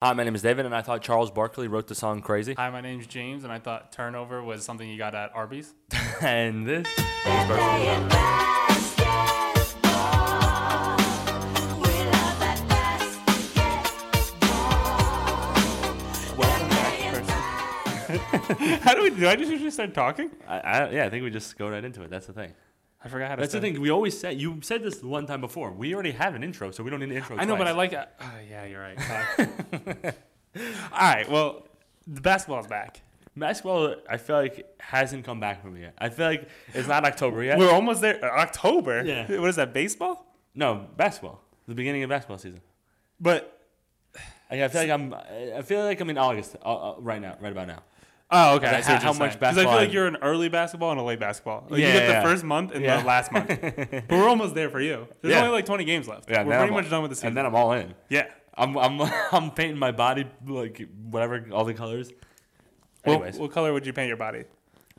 Hi, my name is David, and I thought Charles Barkley wrote the song Crazy. Hi, my name's James, and I thought turnover was something you got at Arby's. and this. How do we do? I just usually start talking. I, I, yeah, I think we just go right into it. That's the thing. I forgot how to. That's the say it. thing. We always said, you said this one time before. We already have an intro, so we don't need an intro. I know, but I like. Uh, oh, yeah, you're right. Fuck. All right. Well, the basketball's back. Basketball, I feel like, hasn't come back from me yet. I feel like it's not October yet. We're almost there. Uh, October. Yeah. What is that? Baseball. no, basketball. The beginning of basketball season. But Like, I feel like I'm. I feel like I'm in August uh, uh, right now, right about now. oh, okay. I I see see what how you're saying. much basketball? Because I basketball feel like and- you're an early basketball and a late basketball. Like Yeah, you get yeah. the first month and Yeah. the last month. but we're almost there for you. There's Yeah. only like 20 games left. and we're then pretty I'm much all- done with the season. And then I'm all in. yeah. I'm I'm I'm painting my body like whatever all the colors. Well, Anyways, what color would you paint your body?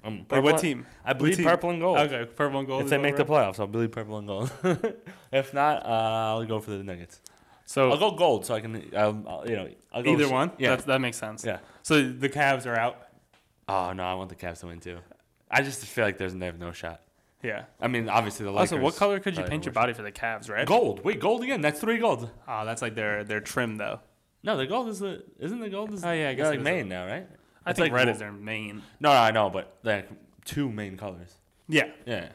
um, Or purple- what team? I bleed team? purple and gold. Okay, purple and gold. Oh. If is they what make we're the on. playoffs, I'll bleed purple and gold. if not, uh, I'll go for the Nuggets. So I'll go gold so I can, um, I'll, you know, I'll go Oh. Either with- one? Yeah. That's, that makes sense. yeah. So the Cavs are out? Oh no, I want the Cavs to win too. I just feel like there's they have no shot. Yeah. I mean, obviously the Lakers. Also, what color could you probably paint your the worst. body for the Cavs, right? Gold. Wait, gold again. That's three gold. Oh, that's like their their trim, though. No, the gold is the isn't the gold is. Oh, yeah, I they're guess it like is. Maine now, right? I It's think like red wo- is their main. No, no, I know, but like two main colors. Yeah. Yeah,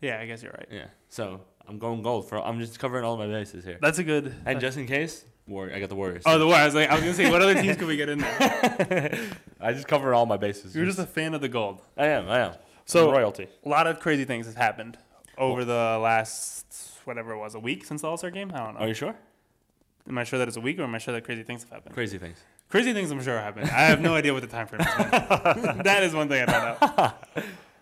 Yeah, I guess you're right. yeah. So I'm going gold for. I'm just covering all my bases here. That's a good. And just in case, war. I got the Warriors. oh, the way I was like, I was gonna say, what other teams could we get in there? I just cover all my bases. You're just a fan of the gold. I am. I am. So- I'm royalty. A lot of crazy things has happened over the last whatever it was, a week since the All Star game. I don't know. Are you sure? Am I sure that it's a week, or am I sure that crazy things have happened? Crazy things. Crazy things I'm sure happened. I have no idea what the time frame is. that is one thing I don't know.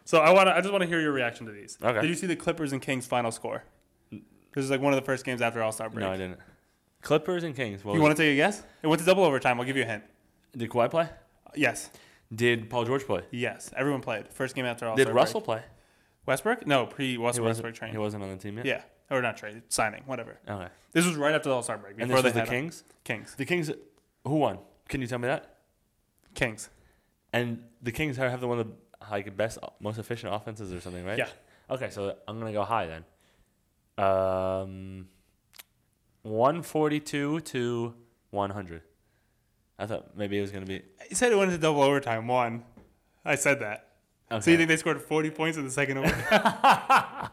So I want to. I just want to hear your reaction to these. Okay. Did you see the Clippers and Kings final score? This is like one of the first games after All Star break. No, I didn't. Clippers and Kings. What You was want to take a guess? It went to double overtime. I'll give you a hint. it? Did Kawhi play? Yes, Did Paul George play? yes. Everyone played. First game after All Star. Did Russell play? Westbrook? No, pre He Westbrook wasn't. trade. He wasn't on the team yet. Yeah, or not trade signing, whatever. Okay. This was right after the All Star break. And before this was the they had- Kings. Kings. The Kings. Who won? Can you tell me that? Kings. And the Kings have the one of the like best, most efficient offenses or something, right? Yeah. Okay, so I'm gonna go high then. Um, one forty-two to one hundred. I thought maybe it was gonna be. You said it went to double overtime. One. I said that. Okay. So you think they scored 40 points in the second over?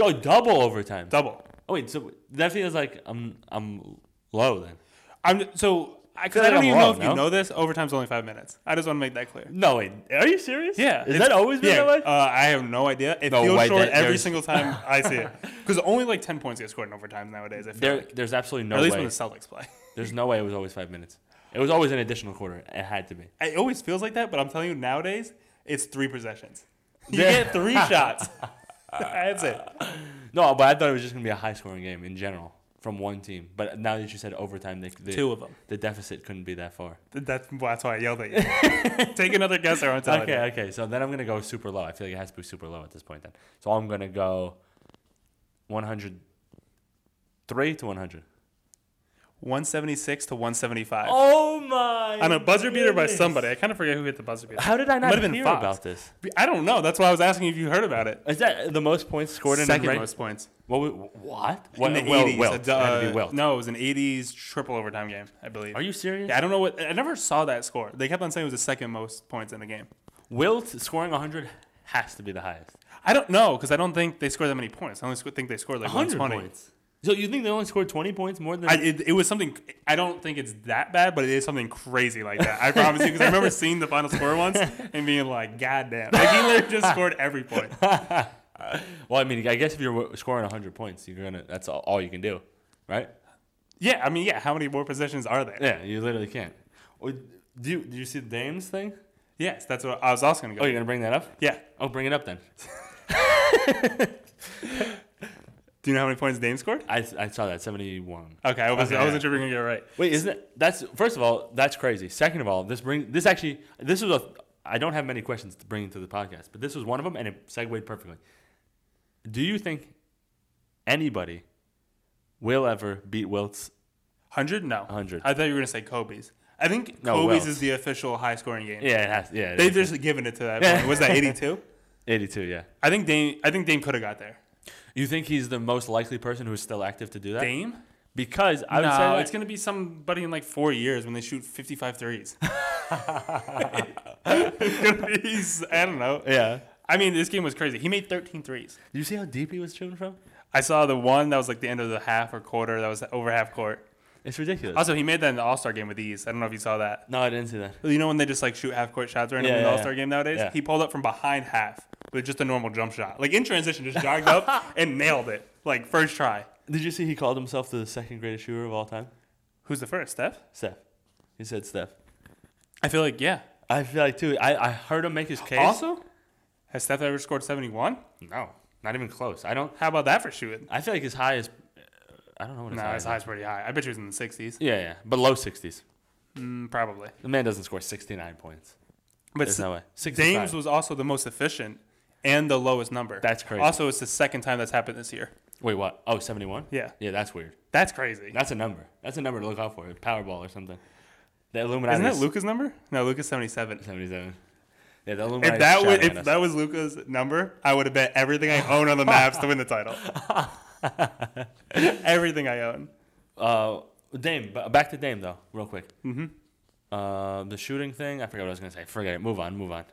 oh, double overtime. Double. oh wait, so that feels like I'm I'm low then. I'm so I, cause like I don't I'm even wrong, know if no? you know this. Overtime's only five minutes. I just want to make that clear. No wait, are you serious? Yeah, Is it's- that always been yeah, that way? Uh, I have no idea. It No feels way, short that- every there's- single time I see it because only like 10 points get scored in overtimes nowadays. I feel there, like. there's absolutely Or no at least way. when the Celtics play. There's no way it was always five minutes. It was always an additional quarter. It had to be. It always feels like that, but I'm telling you, nowadays it's three possessions. You Yeah. get three shots. That's it. No, but I thought it was just gonna be a high scoring game in general from one team. But now that you said overtime, they, they, Two of them. the deficit couldn't be that far. That's, that's why I yelled at you. Take another guess or I'm telling Okay, you. okay. So then I'm gonna go super low. I feel like it has to be super low at this point. Then, so I'm gonna go 103 to 100. 176 to 175. Oh my! On a buzzer beater by somebody. I kind of forget who hit the buzzer beater. How did I It not might've been hear Fox. about this? I don't know. That's why I was asking if you heard about it. Is that the most points scored in Second a reg- most points. What? wa- What? in What- the well, 80s. Wilt. a It du- had to be uh, Wilt. No, it was an 80s triple overtime game, I believe. Are you serious? Yeah, I don't know what. I never saw that score. They kept on saying it was the second most points in a game. Wilt scoring 100 has to be the highest. I don't know because I don't think they scored that many points. I only sc- think they scored like 120. So you think they only scored 20 points more than? I, it, it was something. I don't think it's that bad, but it is something crazy like that. I promise you, because I remember seeing the final score once and being like, "God damn!" Like he literally just scored every point. well, I mean, I guess if you're w- scoring 100 points, you're gonna. That's all, all you can do, right? Yeah, I mean, yeah. How many more possessions are there? Yeah, you literally can't. Or, do you do you see the Dame's thing? Yes, that's what I was also gonna go. Oh, you're gonna bring that up? yeah. Oh, bring it up then. Do you know how many points Dame scored? I, I saw that 71. Okay, I was Okay, I wasn't yeah. sure we were gonna get it right. Wait, isn't it? That's first of all, that's crazy. Second of all, this bring this actually this was a. I don't have many questions to bring to the podcast, but this was one of them, and it segued perfectly. Do you think anybody will ever beat Wilt's Hundred? No. 100. I thought you were gonna say Kobe's. I think No, Kobe's Wells. is the official high scoring game. Yeah, it has. Yeah, it They've is. just given it to that. Yeah. point. Was that eighty two? 82. Yeah. I think Dame. I think Dame could have got there. You think he's the most likely person who's still active to do that? Dame? Because I would no, say that- it's gonna be somebody in like four years when they shoot 55 threes. it's gonna be. he's- I don't know. yeah. I mean, this game was crazy. He made 13 threes. Do you see how deep he was shooting from? I saw the one that was like the end of the half or quarter that was over half court. It's ridiculous. Also, he made that in the All Star game with ease. I don't know if you saw that. no, I didn't see that. You know when they just like shoot half court shots right Yeah, in yeah, the All Star yeah. game nowadays? Yeah. He pulled up from behind half with just a normal jump shot. Like in transition, just jogged up and nailed it. Like first try. Did you see he called himself the second greatest shooter of all time? Who's the first? Steph? Steph. He said Steph. I feel like, yeah. I feel like too. I, I heard him make his case. Also, has Steph ever scored 71? No, not even close. I don't. How about that for shooting? I feel like his high is. I don't know what his No, high his is. high's pretty high. I bet you was in the 60s. Yeah, yeah, but low sixties. Mm, probably. The man doesn't score sixty nine points. But There's s- no way. Sixty Dames five. was also the most efficient and the lowest number. That's crazy. Also, it's the second time that's happened this year. Wait, what? Oh, 71? Yeah. Yeah, that's weird. That's crazy. That's a number. That's a number to look out for. Powerball or something. The Illuminati. Isn't that is Luca's number? No, Luca's 77. 77. Yeah, the Illuminati. If that was if that was Luca's number, I would have bet everything I own on the maps to win the title. everything I own. Uh, Dame. b- Back to Dame though, real quick. Mm-hmm. Uh, the shooting thing. I forgot what I was gonna say. Forget it. Move on. Move on.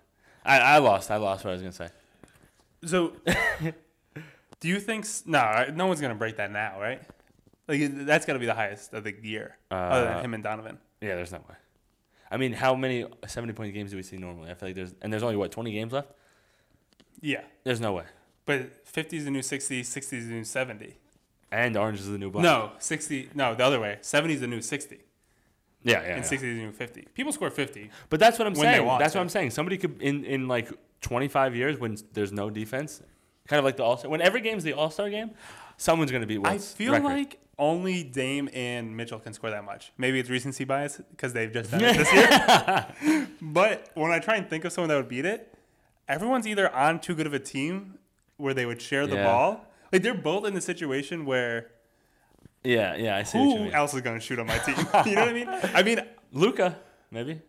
I, I lost. I lost what I was gonna say. So, do you think? s- No, I- no one's gonna break that now, right? Like that's gotta be the highest of the year, other Uh, than him and Donovan. Yeah, there's no way. I mean, how many seventy point games do we see normally? I feel like there's and there's only what twenty games left. Yeah, There's no way. but 50 is the new 60, 60 is the new 70. And Orange is the new black. No, 60. No, the other way. 70 is the new 60, Yeah, yeah. and yeah. 60 is the new 50. People score 50. But that's what I'm when they saying. want That's to. what I'm saying. Somebody could in in like 25 years when there's no defense, kind of like the All Star. When every game's the All Star game, someone's gonna be. I feel like only Dame and Mitchell can score that much. Maybe it's recency bias because they've just done it this year. but when I try and think of someone that would beat it, everyone's either on too good of a team where they would share the Yeah. ball. Like they're both in the situation where Yeah, yeah. I see what you who mean. else is going to shoot on my team? you know what I mean? I mean, Luca, maybe.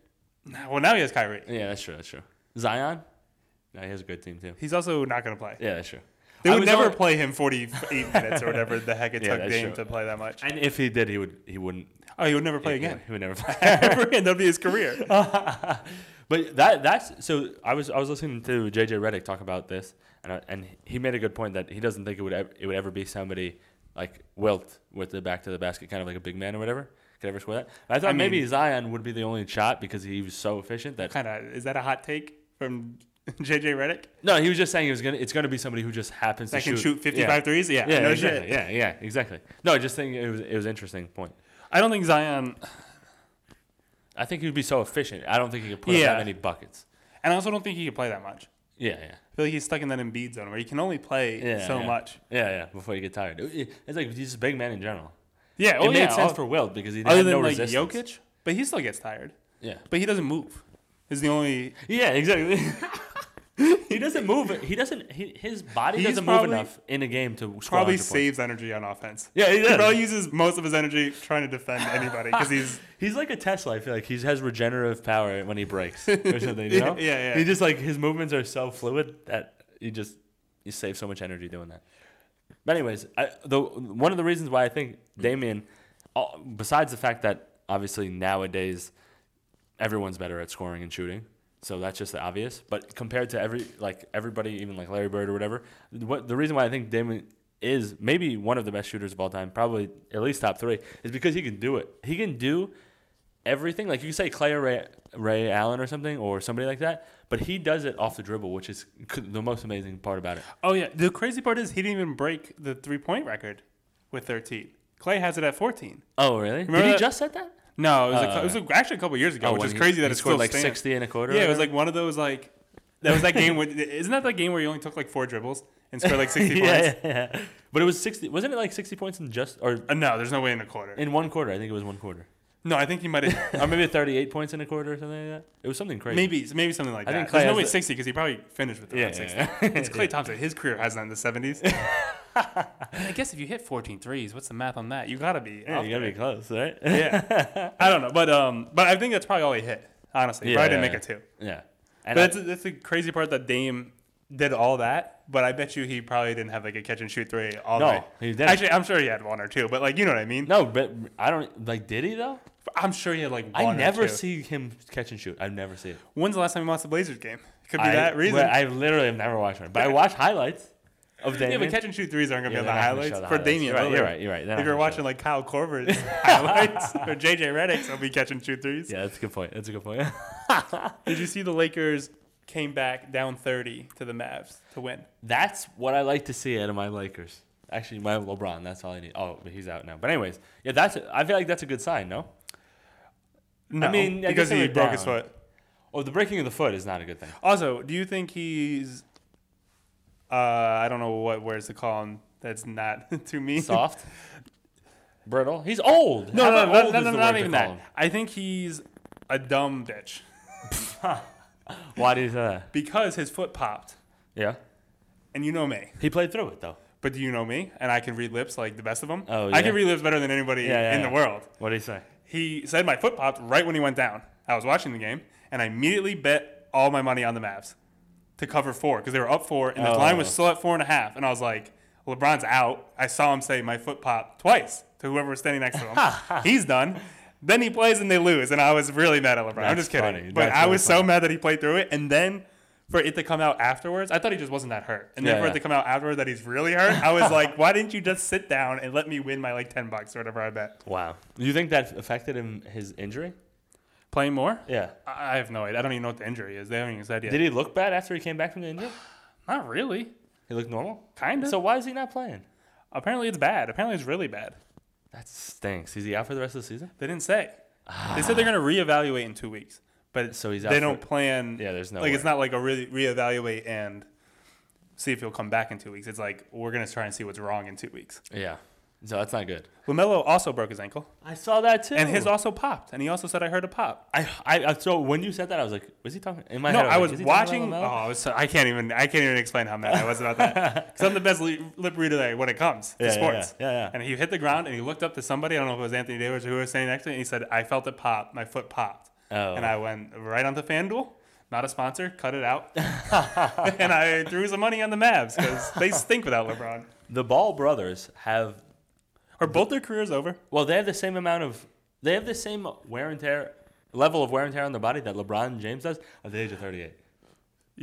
well now he has Kyrie. Yeah, that's true. That's true. Zion. No, he has a good team too. He's also not going to play. Yeah, that's true. They I would was never only- play him 48 minutes or whatever the heck it Yeah, took that's Dame true. to play that much. And if he did, he would. He wouldn't Oh, he would never play again. He would never play. Ever again. That'd be his career. But that that's so I was I was listening to JJ Redick talk about this and I, and he made a good point that he doesn't think it would ever, it would ever be somebody like Wilt with the back to the basket kind of like a big man or whatever could ever score that. But I thought I mean- maybe Zion would be the only shot because he was so efficient that kind of is that a hot take from JJ Reddick no he was just saying it was gonna it's gonna be somebody who just happens that to can shoot 55 yeah. threes? Yeah, Yeah, no exactly. shit. yeah, yeah, exactly. No, I just think it was it was an interesting point. I don't think Zion, I think he would be so efficient. I don't think he could put up Yeah. that many buckets. and I also don't think he could play that much. Yeah, yeah. I feel like he's stuck in that Embiid zone where he can only play Yeah, so yeah. much. Yeah, yeah. Before you get tired, It- it- it's like he's a big man in general. Oh, Yeah, it made sense for Wilt because he other had than no like resistance. Jokic, but he still gets tired. Yeah. But he doesn't move. Is the only Yeah, exactly. he doesn't move. He doesn't. He, his body He's doesn't move probably- enough in a game to score probably 100 points. saves energy on offense. Yeah, he He does. probably uses most of his energy trying to defend anybody because he's He's like a Tesla. I feel like he has regenerative power when he breaks or something. You know? Yeah, yeah. He just like his movements are so fluid that you just you save so much energy doing that. But anyways, I, the one of the reasons why I think Damien, uh, besides the fact that obviously nowadays everyone's better at scoring and shooting. So that's just the obvious. But compared to every like everybody, even like Larry Bird or whatever, what the reason why I think Damon is maybe one of the best shooters of all time, probably at least top three, is because he can do it. He can do everything. Like you say Clay or Ray, Ray Allen or something or somebody like that, but he does it off the dribble, which is c- the most amazing part about it. oh yeah. The crazy part is he didn't even break the three point record with 13. Clay has it at 14. Oh really? Remember Did he that- just said that? No, it was, a Uh, oh, cou- it was a, actually a couple years ago, which when is he- crazy that he it's scored still like standing. sixty in a quarter. or Yeah, it was whatever? like one of those like that was that game. Where, isn't that the game where you only took like four dribbles and scored like sixty yeah, points? yeah, yeah. But it was sixty. Wasn't it like sixty points in just or Uh, no, there's no way in a quarter. in one quarter? I think it was one quarter. no, I think he might have or maybe 38 points in a quarter or something like that. It was something crazy. maybe maybe something like I that. think Clay there's no has way the- sixty because he probably finished with around Yeah, sixty. yeah, It's Clay Thompson. His career has that in the seventies. I guess if you hit 14 threes, what's the math on that? You gotta be. Yeah, up you gotta there. be close, right? yeah. I don't know, but um, but I think that's probably all he hit. Honestly, Yeah. probably didn't make a two. yeah. But And I- that's, that's the crazy part that Dame did all that. But I bet you he probably didn't have like a catch and shoot three all No, night. he didn't. Actually, I'm sure he had one or two. But like you know what I mean. no, but I don't like. Did he though? I'm sure he had like one. I or never two. see him catch and shoot. I never see it. When's the last time you watched the Blazers game? Could be I, that reason. well, I literally have never watched one, but I watch highlights of Damian. yeah, but catch and shoot threes aren't gonna Yeah, be they're on the not gonna show highlights the for highlights. Damian. You're right, you're Lillard. right, you're right. They're not If you're gonna show watching like Kyle Korver's highlights or JJ Redick's, he'll be catching shoot threes. yeah, that's a good point. That's a good point. Did you see the Lakers came back down 30 to the Mavs to win? that's what I like to see out of my Lakers. Actually, my LeBron. That's all I need. Oh, but he's out now. But anyways, yeah, that's. I feel like that's a good sign. No. No, mean, I guess because they he were broke his down. foot. Oh, the breaking of the foot is not a good thing. Also, do you think he's uh, I don't know what where's the column that's not to me. Soft, brittle. He's old. No, How no, about no, old no, is no, the not word to even call that. him? I think he's a dumb bitch Why do you say that? because his foot popped, Yeah, and you know me. he played through it though. But do you know me? And I can read lips like the best of them. Oh, I yeah. can read lips better than anybody Yeah, yeah, in yeah. the world. What did he say? He said my foot popped right when he went down. I was watching the game, and I immediately bet all my money on the Mavs to cover four because they were up four, and the Oh. line was still at four and a half. And I was like, LeBron's out. I saw him say my foot popped twice to whoever was standing next to him. He's done. Then he plays and they lose, and I was really mad at LeBron. I'm That's just kidding, funny. but That's I really was so funny. mad that he played through it, and then. For it to come out afterwards, I thought he just wasn't that hurt. And then Yeah, for yeah. it to come out afterward that he's really hurt, I was like, why didn't you just sit down and let me win my like 10 bucks or whatever I bet? Wow. You think that affected him his injury? Playing more? Yeah. I I have no idea. I don't even know what the injury is. They haven't even said yet. Did he look bad after he came back from the injury? Not really. He looked normal. Kind of. So why is he not playing? apparently it's bad. Apparently it's really bad. That stinks. Is he out for the rest of the season? They didn't say. They said they're going to reevaluate in two weeks, but So he's out they for- don't plan. Yeah, there's no like it's way. not like a re- reevaluate and see if he'll come back in two weeks. It's like we're going to try and see what's wrong in two weeks. Yeah. So that's not good. Lamelo also broke his ankle, I saw that too. and his also popped. And he also said I heard a pop. I, I, I so when you said that, I was like, was he talking? In my No, head, I was like, "Is he talking watching. Oh, about LaMelo?" I, was so, I can't even. I can't even explain how mad I was about that. Because I'm the best li- lip reader that- when it comes to Yeah, yeah, sports. yeah, yeah, yeah. And he hit the ground and he looked up to somebody. I don't know if it was Anthony Davis or who was standing next to me. And he said, "I felt it pop. My foot popped." Oh. And I went right onto FanDuel. Not a sponsor. Cut it out. and I threw some money on the Mavs because they stink without LeBron. uh, the Ball brothers have Are both their careers over? well, they have the same amount of they have the same wear and tear level of wear and tear on their body that LeBron James does at the age of 38.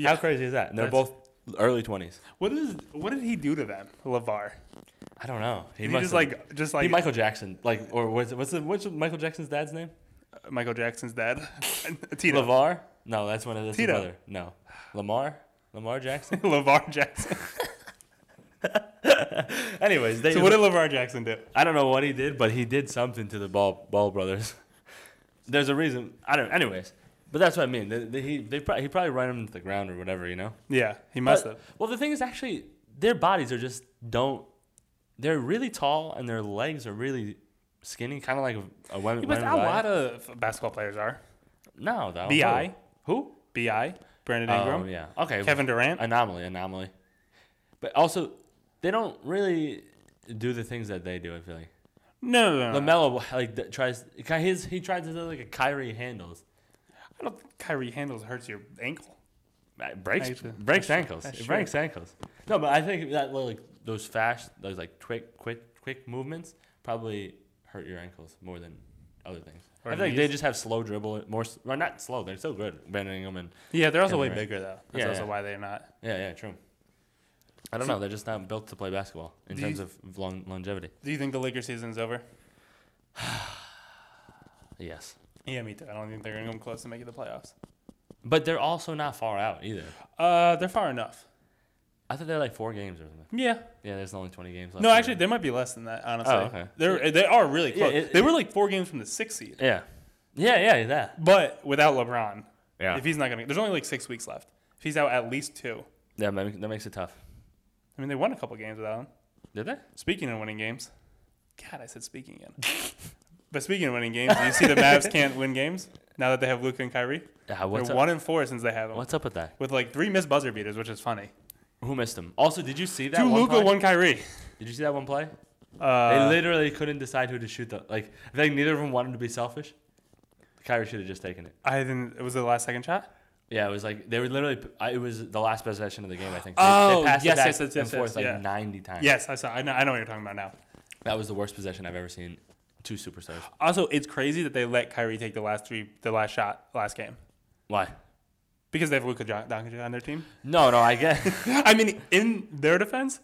How crazy is that? And they're That's- both early 20s. What is? What did he do to them, Levar? I don't know. Did he must just have- like, just he like Michael Jackson like or what's what's the, what's Michael Jackson's dad's name? Michael Jackson's dad, Tito. Lavar? No, that's one of his Tito. brother. No, Lamar. Lamar Jackson. Levar Jackson. Anyways, they, So what did LeVar Jackson do? I don't know what he did, but he did something to the Ball Ball brothers. There's a reason. I don't. Anyways, but that's what I mean. They, they, he they probably, he probably ran him to the ground or whatever, you know. Yeah, he must But- have. well, the thing is, actually, their bodies are just don't. They're really tall and their legs are really skinny, kind of like a, a women. But women a body. lot of basketball players are. no, though. Bi, Who? Bi, Brandon Oh, Ingram, yeah. Okay. Kevin Durant. anomaly, anomaly. But also, they don't really do the things that they do. I feel like no, no, no, no. Lamelo like th- tries his he tries to do like a Kyrie handles, I don't think Kyrie handles hurts your ankle. Uh, breaks Actually, breaks ankles, that's it true. breaks ankles. No, but I think that like those fast those like quick quick quick movements probably hurt your ankles more than other things. Or I think they just have slow dribble more. s- Well, not slow. They're still good. Brandon Ingram and Yeah, they're also Kevin way Durant. bigger though. That's Yeah, also yeah. why they're not. yeah, yeah, true. I don't know. They're just not built to play basketball in Do you- terms of long, longevity. Do you think the Lakers season's over? Yes. Yeah, me too. I don't think they're gonna come close to making the playoffs. But they're also not far out either. Uh, they're far enough. I thought they're like four games or something. Yeah. Yeah, there's only 20 games left. No, actually, they might be less than that. Honestly, Oh, okay. they're they are really Yeah, close. it- they were like four games from the sixth seed, Yeah. Yeah, yeah, that. but without LeBron, Yeah. if he's not gonna, there's only like six weeks left. If he's out at least two, yeah, that makes, that makes it tough. I mean, they won a couple games without him. Did they? Speaking of winning games, God, I said speaking again. but speaking of winning games, do you see the Mavs can't win games now that they have Luka and Kyrie. Yeah, what's They're up? one and four since they have them, What's up with that? with like three missed buzzer beaters, which is funny. Who missed him? Also, did you see that? Two one Luca, play? one Kyrie. Did you see that one play? Uh, they literally couldn't decide who to shoot. Though, like I think neither of them wanted to be selfish. Kyrie should have just taken it. I didn't. It was the last second shot. Yeah, it was like they were literally. I, it was the last possession of the game. I think. They, Oh, they passed yes, it back yes, yes, and yes, forth yes, like yeah. ninety times. Yes, I saw. I know, I know what you're talking about now. that was the worst possession I've ever seen. Two superstars. Also, it's crazy that they let Kyrie take the last three, the last shot, last game, Why? because they have Luka Don- Doncic on their team. No, no, I get. I mean, in their defense,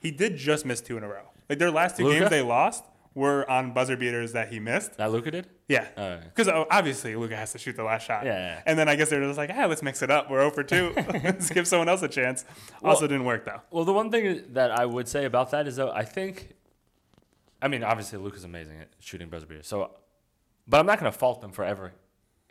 he did just miss two in a row. Like their last two Luka? games they lost were on buzzer beaters that he missed. that Luca did. Yeah. Oh, yeah. Because obviously Luca has to shoot the last shot. Yeah, yeah, yeah. And then I guess they're just like, ah, let's mix it up. We're 0 for 2. let's give someone else a chance. also didn't work though. Well, the one thing that I would say about that is though I think, I mean, obviously Luca's amazing at shooting buzzer beaters. So, but I'm not going to fault them for ever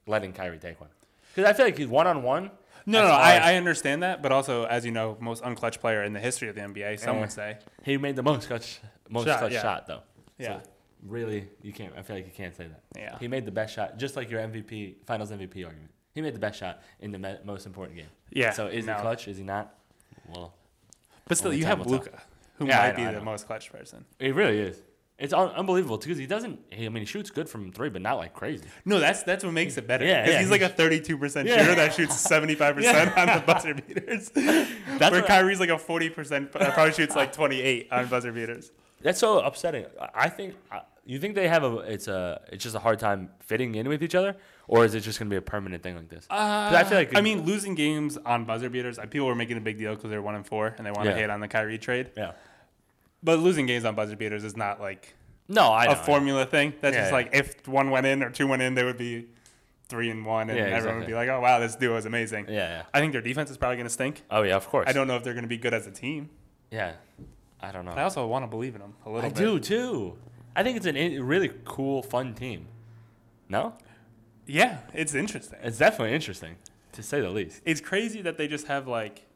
letting Kyrie take one because I feel like one on one. No, no, I, I understand that, but also as you know, most unclutch player in the history of the NBA, some Yeah. would say. He made the most clutch, most Shot, shot, yeah. shot though. Yeah. So really, you can't. I feel like you can't say that. Yeah. He made the best shot, just like your MVP Finals MVP argument. He made the best shot in the me- most important game. Yeah, So is no. he clutch? Is he not? Well, But still, Only you time have will tell. Luca, who Yeah, I might know, be I the know. most clutch person. it really is. It's un- unbelievable because he doesn't. He, I mean, he shoots good from three, but not like crazy. No, that's that's what makes it better. Yeah, because yeah. he's like a 32 percent Yeah. shooter that shoots 75 percent on the buzzer beaters. That's Where what- Kyrie's like a 40 percent, probably shoots like 28 on buzzer beaters. That's so upsetting. I- I think I- you think they have a it's a it's just a hard time fitting in with each other, or is it just gonna be a permanent thing like this? 'Cause I feel like Uh, I mean, losing games on buzzer beaters, like, people were making a big deal because they're one and four and they want to Yeah. hate on the Kyrie trade. yeah, But losing games on buzzer beaters is not like no, I know, a formula thing. That's Yeah, just yeah. like if one went in or two went in, they would be three and one, and Yeah, everyone would exactly. be like, "Oh wow, this duo is amazing." Yeah, yeah. I think their defense is probably going to stink. Oh yeah, of course. I don't know if they're going to be good as a team. Yeah, I don't know. I also want to believe in them a little I bit. do too. I think it's an in- really cool, fun team. No, Yeah, it's interesting. it's definitely interesting to say the least. It's crazy that they just have like,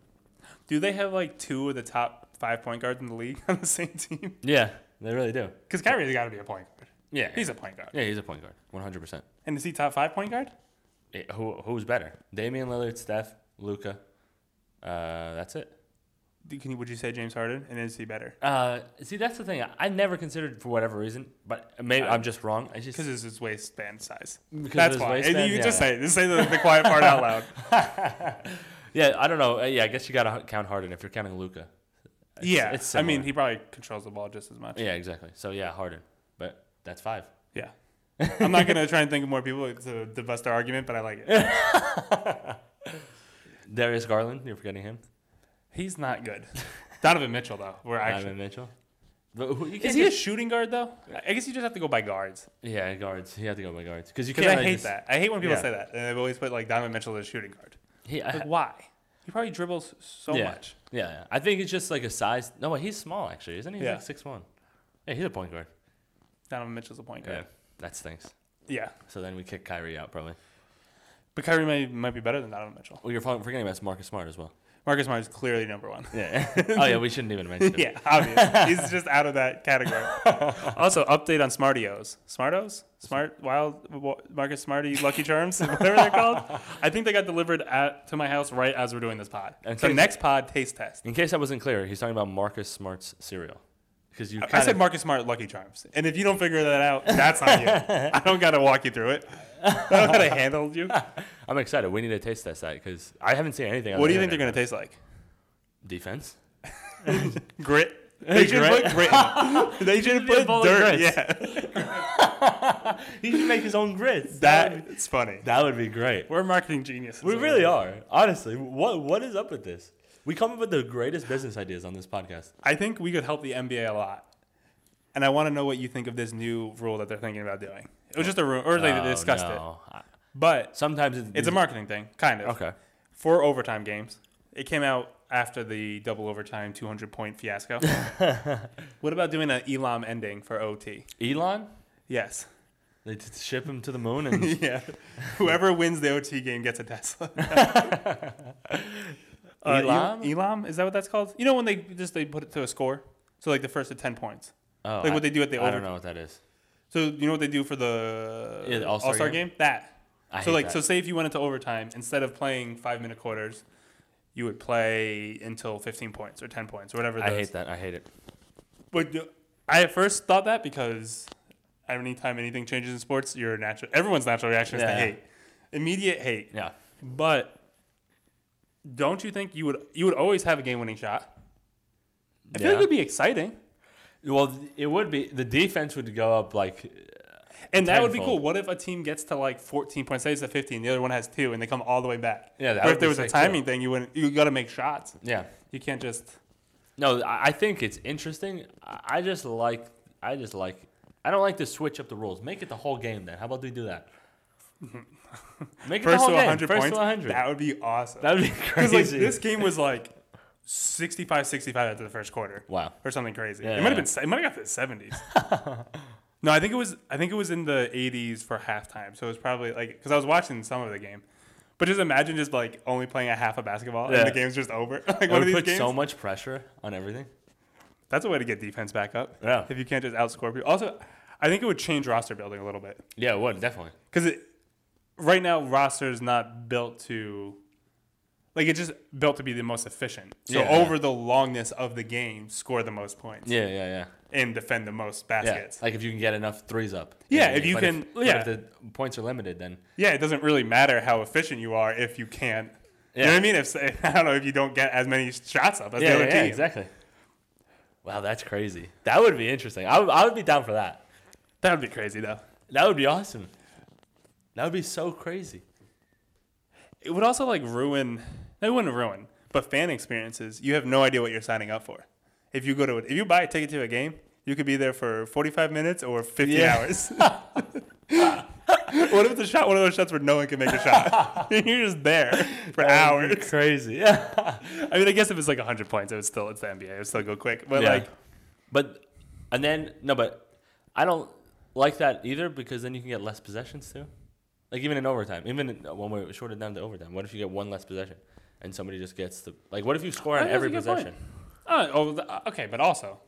do they have like two of the top five point guards in the league on the same team? Yeah, they really do. Because Kyrie's got to be a point guard. Yeah, He's a point guard. yeah, he's a point guard, one hundred percent. And is he top five point guard? Who who's better? Damian Lillard, Steph, Luca. Uh, that's it. Do- Can you, would you say James Harden? And is he better? Uh, see, that's the thing. I, I never considered for whatever reason, but maybe I'm just wrong. I just Because it's his waistband size. Because of That's his why. And waistband? you can just Yeah. say it. Just say the, the quiet part out loud. yeah, I don't know. Uh, yeah, I guess you gotta h- count Harden if you're counting Luca. yeah. it's I mean, similar. he probably controls the ball just as much. Yeah, exactly. So yeah, Harden, but that's five. Yeah. I'm not going to try and think of more people to, to bust our argument, but I like it. Darius Garland, you're forgetting him. He's not good. Donovan Mitchell, though. We're actually. Donovan Mitchell. But who, you Is can't he a just- shooting guard though? I guess you just have to go by guards. yeah, guards. You have to go by guards because you Because can't. I really hate just- that. I hate when people Yeah. say that, and they've always put like Donovan Mitchell as a shooting guard. He, I, Like why? He probably dribbles so yeah, much. Yeah, yeah. I think it's just like a size. No, wait, he's small actually, isn't he? He's Yeah. like six one. Yeah, he's a point guard. Donovan Mitchell's a point guard. that stinks. Yeah. So then we kick Kyrie out probably. But Kyrie might, might be better than Donovan Mitchell. Well, you're forgetting about Marcus Smart as well. Marcus Smart is clearly number one. Yeah. oh yeah, we shouldn't even mention him. yeah, obviously. He's just out of that category. also, update on Smartios. Smartos? Smart Wild Wa- Marcus Smarty Lucky Charms, whatever they're called. I think they got delivered at, to my house right as we're doing this pod. And so so- next pod taste test. In case I wasn't clear, he's talking about Marcus Smart's cereal. Because you I kind said of, Marcus Smart Lucky Charms. And if you don't figure that out, that's on you. I don't got to walk you through it. I don't got to handle you. I'm excited. We need to taste test that because I haven't seen anything. What do you think they're going to taste like? to defense? Grit. They should Grit? put grit. in it. They should be a put bowl of dirt. grits. Yeah. He should make his own grits. That's funny. that would be great. We're marketing geniuses. We really are. Honestly, what what is up with this? We come up with the greatest business ideas on this podcast. I think we could help the NBA a lot. And I want to know what you think of this new rule that they're thinking about doing. It was just a rumor, or they discussed it. But Oh, Sometimes it's, it's a marketing thing, kind of. Okay. Four overtime games. It came out after the double overtime 200 point fiasco. what about doing an Elam ending for OT? Elon, Yes. they t- ship him to the moon, and yeah. Whoever wins the OT game gets a Tesla. Uh, Elam? El- Elam? Is that what that's called? You know when they just they put it to a score? So like the first of 10 points. oh, I, Like what they do at the I over- don't know what that is. So you know what they do for the Yeah, the All All-Star Star game? game? That. I so hate like that. so say if you went into overtime instead of playing 5 minute quarters, you would play until 15 points or 10 points or whatever. I those- hate that. I hate it. But you- I at first thought that because anytime anything changes in sports, your natural everyone's natural reaction is to Yeah. hate, immediate hate. Yeah. But don't you think you would you would always have a game winning shot? I feel like Yeah. it would be exciting, Well, it would be the defense would go up like and that would be Tenfold. cool. What if a team gets to like 14 points, say it's at 15, the other one has two, and they come all the way back? Yeah, that Or would if there be was a sick, timing thing, you wouldn't. You got to make shots. yeah. You can't just. No, I I think it's interesting. I I just like I just like I don't like to switch up the rules. Make it the whole game then. How about we do that? Make it the First whole to game. 100 First points. to 100. That would be awesome. That would be Because crazy. like this game was like 65 65 after the first quarter. Wow. Or something crazy. Yeah, it might have yeah. been se- it might have got to the seventies. no, I think it was I think it was in the eighties for halftime. So it was probably like because I was watching some of the game. But just imagine just like only playing a half of basketball Yeah. and the game's just over. like It one would of these put games. so much pressure on everything. that's a way to get defense back up. Yeah. If you can't just outscore people. Also, I think it would change roster building a little bit. Yeah, it would definitely. Because right now, roster is not built to, like, it's just built to be the most efficient. So Yeah, yeah. over the longness of the game, score the most points Yeah, yeah, yeah. and defend the most Yeah, baskets. Yeah, like if you can get enough threes up. Yeah, But if you can- but yeah. If the points are limited, then it doesn't really matter how efficient you are if you can't. You know what I Yeah. mean? If I don't know if you don't get as many shots up as the yeah, other yeah, team. exactly. Wow, that's crazy. That would be interesting. I would, I would be down for that. That would be crazy though. That would be awesome. That would be so crazy. It would also like ruin. It wouldn't ruin, but fan experiences. You have no idea what you're signing up for. If you go to if you buy a ticket to a game, you could be there for 45 minutes or 50 Yeah. hours. what if the shot one of those shots where no one can make a shot? you're just there for hours. Crazy. Yeah. I mean, I guess if it's like 100 points, it would still it's the NBA. It would still go quick. But Yeah. like, But and then no, but I don't like that either because then you can get less possessions too. Like even in overtime, even in- when we short it down to overtime, what if you get one less possession and somebody just gets the like? What if you score on that's a every good point. possession? oh, oh, the- okay, but also,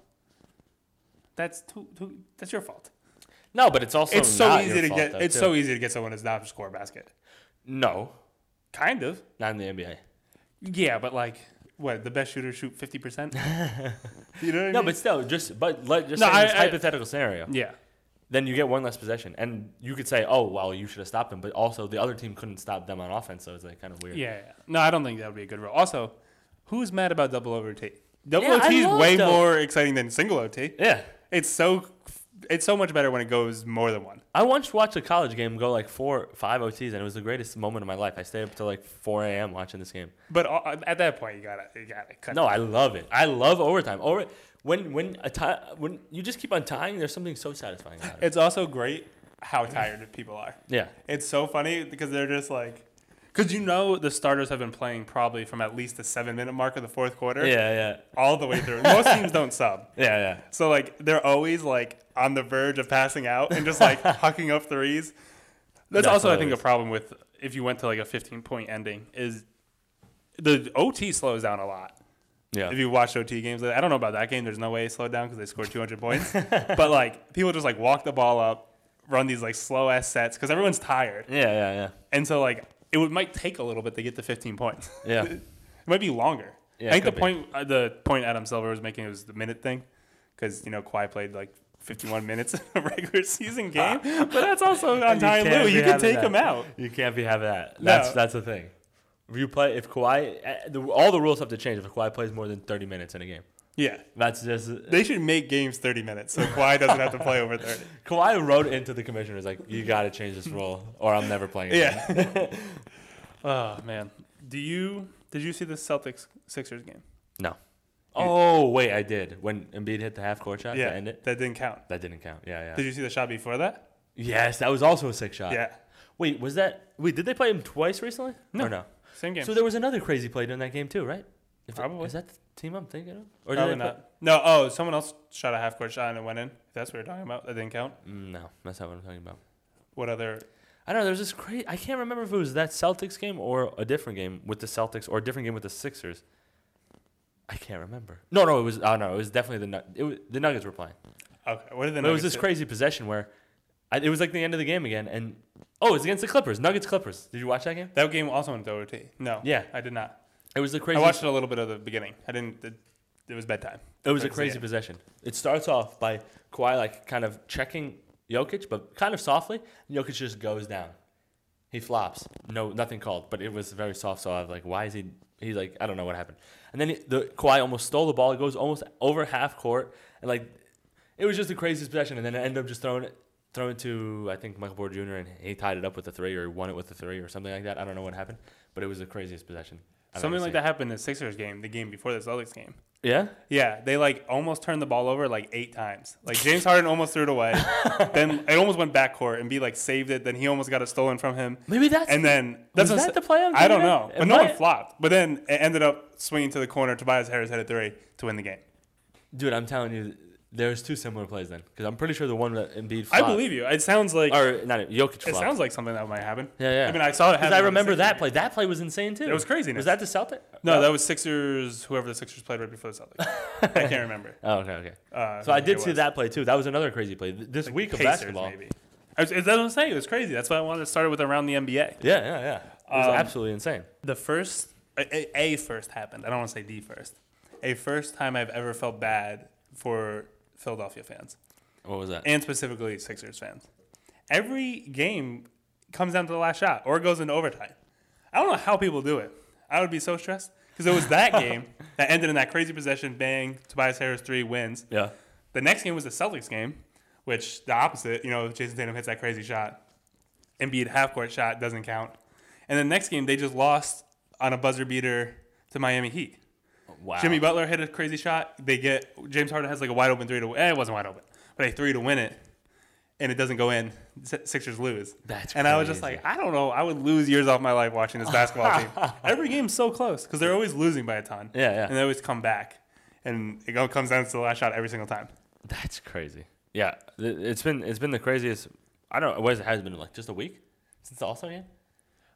that's too, too, that's your fault. No, but it's also it's so Oh, not your easy to fault, get. though, it's too. so e-, easy to get someone to not score a basket. no, Kind of. not in the NBA. Yeah, but like, what the best shooters shoot fifty percent? You know what I No, mean? but still, just but let just Mm. No, say in I- this I- hypothetical scenario, yeah, then you get one less possession, and you could say, "Oh, well, you should have stopped him," but also the other team couldn't stop them on offense, so it's like kind of yeah, weird. yeah. No, I don't think that would be a good rule. Also, who's mad about double OT? Double Yeah, I OT is love way double- more exciting than single OT. yeah. It's so, it's so much better when it goes more than one. I once watched a college game go like four, five OTs, and it was the greatest moment of my life. I stayed up till like 4 a.m. watching this game. But a- at that point, you gotta, you gotta cut. No, I love it. I love overtime. Over when when a tie, when you just keep on tying, there's something so satisfying about it. It's also great how tired people are. Yeah, It's so funny because they're just like, because you know the starters have been playing probably from at least the seven minute mark of the fourth quarter yeah, yeah, all the way through. Most teams don't sub. yeah, yeah. So like they're always like on the verge of passing out and just like hucking up threes. That's, That's also I think a hilarious. problem with if you went to like a 15 point ending is the OT slows down a lot. Yeah. If you watch OT games, I don't know about that game. There's no way it slowed down because they scored 200 points. but like people just like walk the ball up, run these like slow ass sets because everyone's tired, yeah, yeah, yeah. and so like it would, might take a little bit to get to 15 points. Yeah. it might be longer. Yeah, I it think the could be. point uh, the point Adam Silver was making was the minute thing because you know Kawhi played like 51 minutes in a regular season game, but that's also on You Ty can't Lue. be You can having take that. him out. You can't be having that. That's No. that's the thing. If you play, if Kawhi, eh, the, all the rules have to change. If Kawhi plays more than 30 minutes in a game, Yeah. that's just They should make games 30 minutes so Kawhi doesn't have to play over 30. Kawhi wrote into the commissioners like, "You got to change this rule, or I'm never playing." again." Yeah. oh man, do you did you see the Celtics Sixers game? No. Oh wait, I did. When Embiid hit the half court shot to end it, that didn't count. that didn't count. Yeah, Uh, yeah. Did you see the shot before that? Yes, that was also a sick shot. Yeah, Wait, was that? Wait, did they play him twice recently? No. Or no. same game. So there was another crazy play during that game too, right? If it- Probably. Is that the team I'm thinking of? Or Probably they play- not. No. Oh, someone else shot a half court shot and it went in. If that's what you're talking about, that didn't count. Mm, No, that's not what I'm talking about. What other? I don't know. There's this crazy. I can't remember if it was that Celtics game or a different game with the Celtics or a different game with the Sixers. I can't remember. No, no, it was. Oh no, it was definitely the. Nug- It was, the Nuggets were playing. Okay, what did the? But it was Nuggets this do? crazy possession where I, it was like the end of the game again, and oh, it's against the Clippers, Nuggets Clippers. Did you watch that game? That game also went to OT. No. Yeah. I did not. It was the I crazy. watched it a little bit of the beginning. I didn't. It, it was bedtime. It was a So, crazy yeah. possession. It starts off by Kawhi like kind of checking Jokic, but kind of softly. And Jokic just goes down. He flops. No, nothing called. But it was very soft. So I was like, why is he? He's like, I don't know what happened. And then it- the Kawhi almost stole the ball. It goes almost over half court, and like it was just the craziest possession. And then it ended up just throwing it, throwing it to I think Michael Porter Jr. and he tied it up with a three or won it with a three or something like that. I don't know what happened, but it was the craziest possession. I've ever Something like seen. that happened in the Sixers game, the game before the Celtics game. Yeah. Yeah, they like almost turned the ball over like eight times. Like James Harden almost threw it away. then it almost went backcourt and B like saved it. Then he almost got it stolen from him. Maybe that's And then was that's what I'm that the sa- playoff? I don't game? know, It but no one might- flopped. But then it ended up swinging to the corner. Tobias Harris had a three to win the game. Dude, I'm telling you, there's two similar plays then, because I'm pretty sure the one that Embiid. I Flopped, believe you. It sounds like or not Jokic it flopped. sounds like something that might happen. yeah, yeah. I mean, I saw it happen. because I in the remember Sixers that game. play. That play was insane too. It was craziness. Was that the Celtic? No, that was Sixers. Whoever the Sixers played right before the Celtics. I can't remember. Oh, okay, okay. Uh, so I who it did see was. that play too. That was another crazy play. Th- This week of Pacers, basketball. Maybe. I was, that's what I'm saying. It was crazy. That's why I wanted to start with around the NBA. Yeah, yeah, yeah. It was Um, absolutely insane. The first, a, a- a first happened. I don't want to say the first. A first time I've ever felt bad for Philadelphia fans What was that? and specifically Sixers fans. Every game comes down to the last shot or goes into overtime. I don't know how people do it. I would be so stressed because it was that game that ended in that crazy possession. Bang! Tobias Harris three wins. yeah. The next game was the Celtics game, which the opposite, you know, Jason Tatum hits that crazy shot. Embiid half court shot doesn't count. And the next game they just lost on a buzzer beater to Miami Heat. Wow. Jimmy Butler hit a crazy shot. They get James Harden has like a wide open three to eh, it wasn't wide open, but a three to win it, and it doesn't go in. S- Sixers lose. That's and I was just crazy. like, I don't know. I would lose years off my life watching this basketball team. Every game's so close because they're always losing by a ton. Yeah, yeah. And they always come back, and it go- comes down to the last shot every single time. That's crazy. Yeah, th- it's been it's been the craziest. I don't. What has it has been like just a week since the All Star game?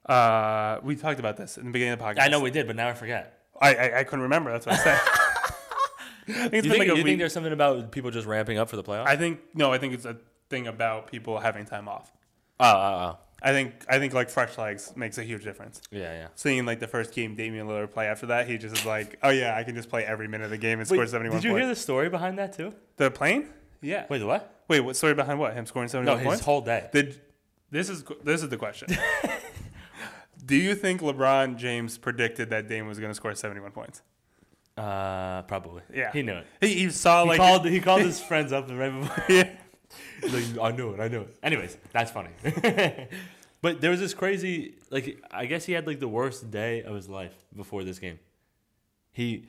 Uh, we talked about this in the beginning of the podcast. I know we did, but now I forget. I I, I couldn't remember. That's what I said. I think it's Do you, been think, like a you week. think there's something about people just ramping up for the playoffs? I think no. I think it's a thing about people having time off. oh, oh, oh, I think I think like fresh legs makes a huge difference. yeah, yeah. Seeing like the first game Damian Lillard play after that, he just is like, oh yeah, I can just play every minute of the game and score Wait, 71 Did you points. hear the story behind that too? the plane? Yeah. Wait, Wait, what? what story behind what? Him scoring No, 71 his points? whole day. Did this is this is the question. Do you think LeBron James predicted that Dame was going to score 71 points? Uh, probably. Yeah. he knew it. He, he saw He like called. He called his friends up right before. yeah. He's like, I knew it. I knew it. Anyways, that's funny. but there was this crazy. Like, I guess he had like the worst day of his life before this game. He,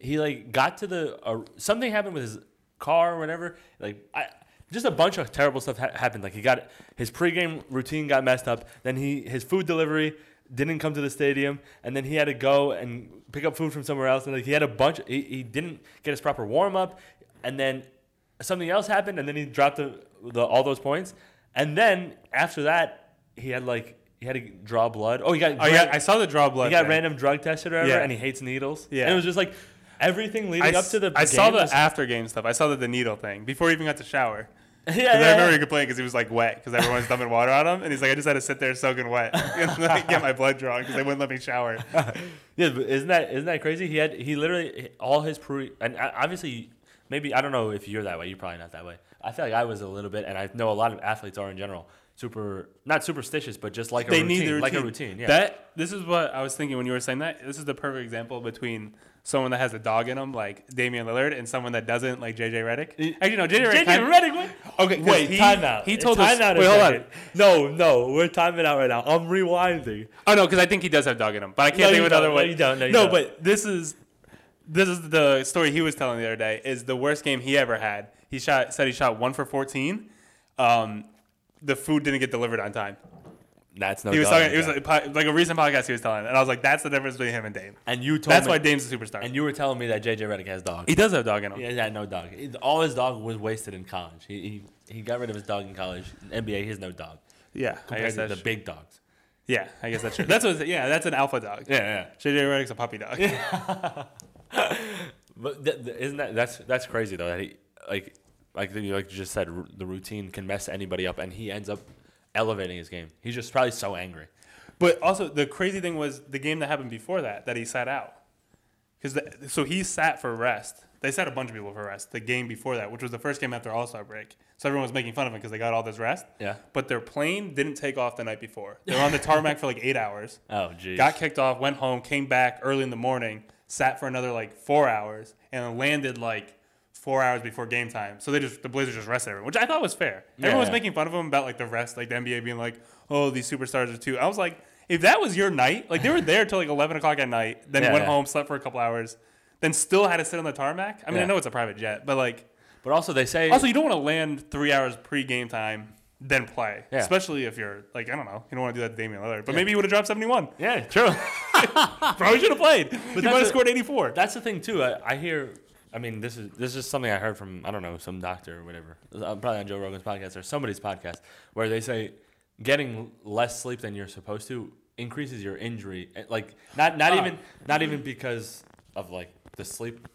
he like got to the uh, something happened with his car or whatever. Like, I just a bunch of terrible stuff ha- happened. Like he got his pregame routine got messed up. Then he his food delivery didn't come to the stadium and then he had to go and pick up food from somewhere else and like he had a bunch he, he didn't get his proper warm up and then something else happened, and then he dropped the, the all those points. And then after that, he had like he had to draw blood. Oh, he got Oh yeah, I saw the draw blood. he got thing. random drug tested or whatever, Yeah. and he hates needles. Yeah. and it was just like everything I, leading up s- to the. I saw game the was- after game stuff. I saw the, the needle thing before he even got to shower. yeah, Because I yeah, remember yeah. he complained because he was like wet because everyone's dumping water on him, and he's like, I just had to sit there soaking wet and like, get my blood drawn because they wouldn't let me shower. Yeah, but isn't that isn't that crazy? He had he literally all his pre and I- obviously maybe I don't know if you're that way. You're probably not that way. I feel like I was a little bit, and I know a lot of athletes are in general super not superstitious, but just like a They routine, need the routine. like a routine. Yeah, That this is what I was thinking when you were saying that. This is the perfect example between someone that has a dog in them, like Damian Lillard, and someone that doesn't, like JJ Redick. Actually, no, JJ Redick. JJ kind- Redick went. Okay, 'cause wait, he- timeout. he told us- timeout a wait, hold on. second. No, no, we're timing out right now. I'm rewinding. Oh no, because I think he does have dog in him, but I can't No, think you of another don't. No, way. you don't. No, you don't. but this is this is the story he was telling the other day. Is the worst game he ever had. He shot said he shot one for fourteen. Um, the food didn't get delivered on time. That's no. He was doubt talking. It was about like, po- like a recent podcast he was telling, and I was like, "That's the difference between him and Dame. that. and you told That's me, why Dame's a superstar. Oh and you were telling me that JJ Redick has dog. he does have dog in him. Yeah, he had no dog. He- All his dog was wasted in college. He he, he got rid of his dog in college. In NBA, he has no dog Yeah, I compared guess to that's the big dogs. yeah. I guess that's true. that's what. Yeah, that's an alpha dog. Yeah, yeah. JJ Redick's a puppy dog. But th- th- isn't that that's that's crazy though that he like like you like you just said r- the routine can mess anybody up and he ends up elevating his game. He's just probably so angry. But also, the crazy thing was the game that happened before that that he sat out. Because so he sat for rest. They sat a bunch of people for rest. The game before that, which was the first game after All Star break, so everyone was making fun of him because they got all this rest. Yeah. But their plane didn't take off the night before. They were on the tarmac for like eight hours. Oh, geez. Got kicked off, went home, came back early in the morning, sat for another like four hours, and then landed like four hours before game time. So they just the Blazers just rested everyone, which I thought was fair. Everyone was Yeah. making fun of them about like the rest, like the NBA being like, "Oh, these superstars are too." I was like, if that was your night, like they were there till like eleven o'clock at night, then Yeah, went yeah. home, slept for a couple hours, then still had to sit on the tarmac. I mean, I Yeah. know it's a private jet, but like But also, they say also you don't want to land three hours pre-game time. Then play, Yeah. especially if you're like I don't know, you don't want to do that to Damian Lillard, but maybe he would have dropped seventy one. yeah, true. Probably should have played. But he that's might have a- scored 84. That's the thing too. I, I hear. I mean, this is this is something I heard from I don't know some doctor or whatever. Uh, Probably on Joe Rogan's podcast or somebody's podcast where they say getting less sleep than you're supposed to increases your injury. Eh, Like not not Huh. even not even because of like the sleep.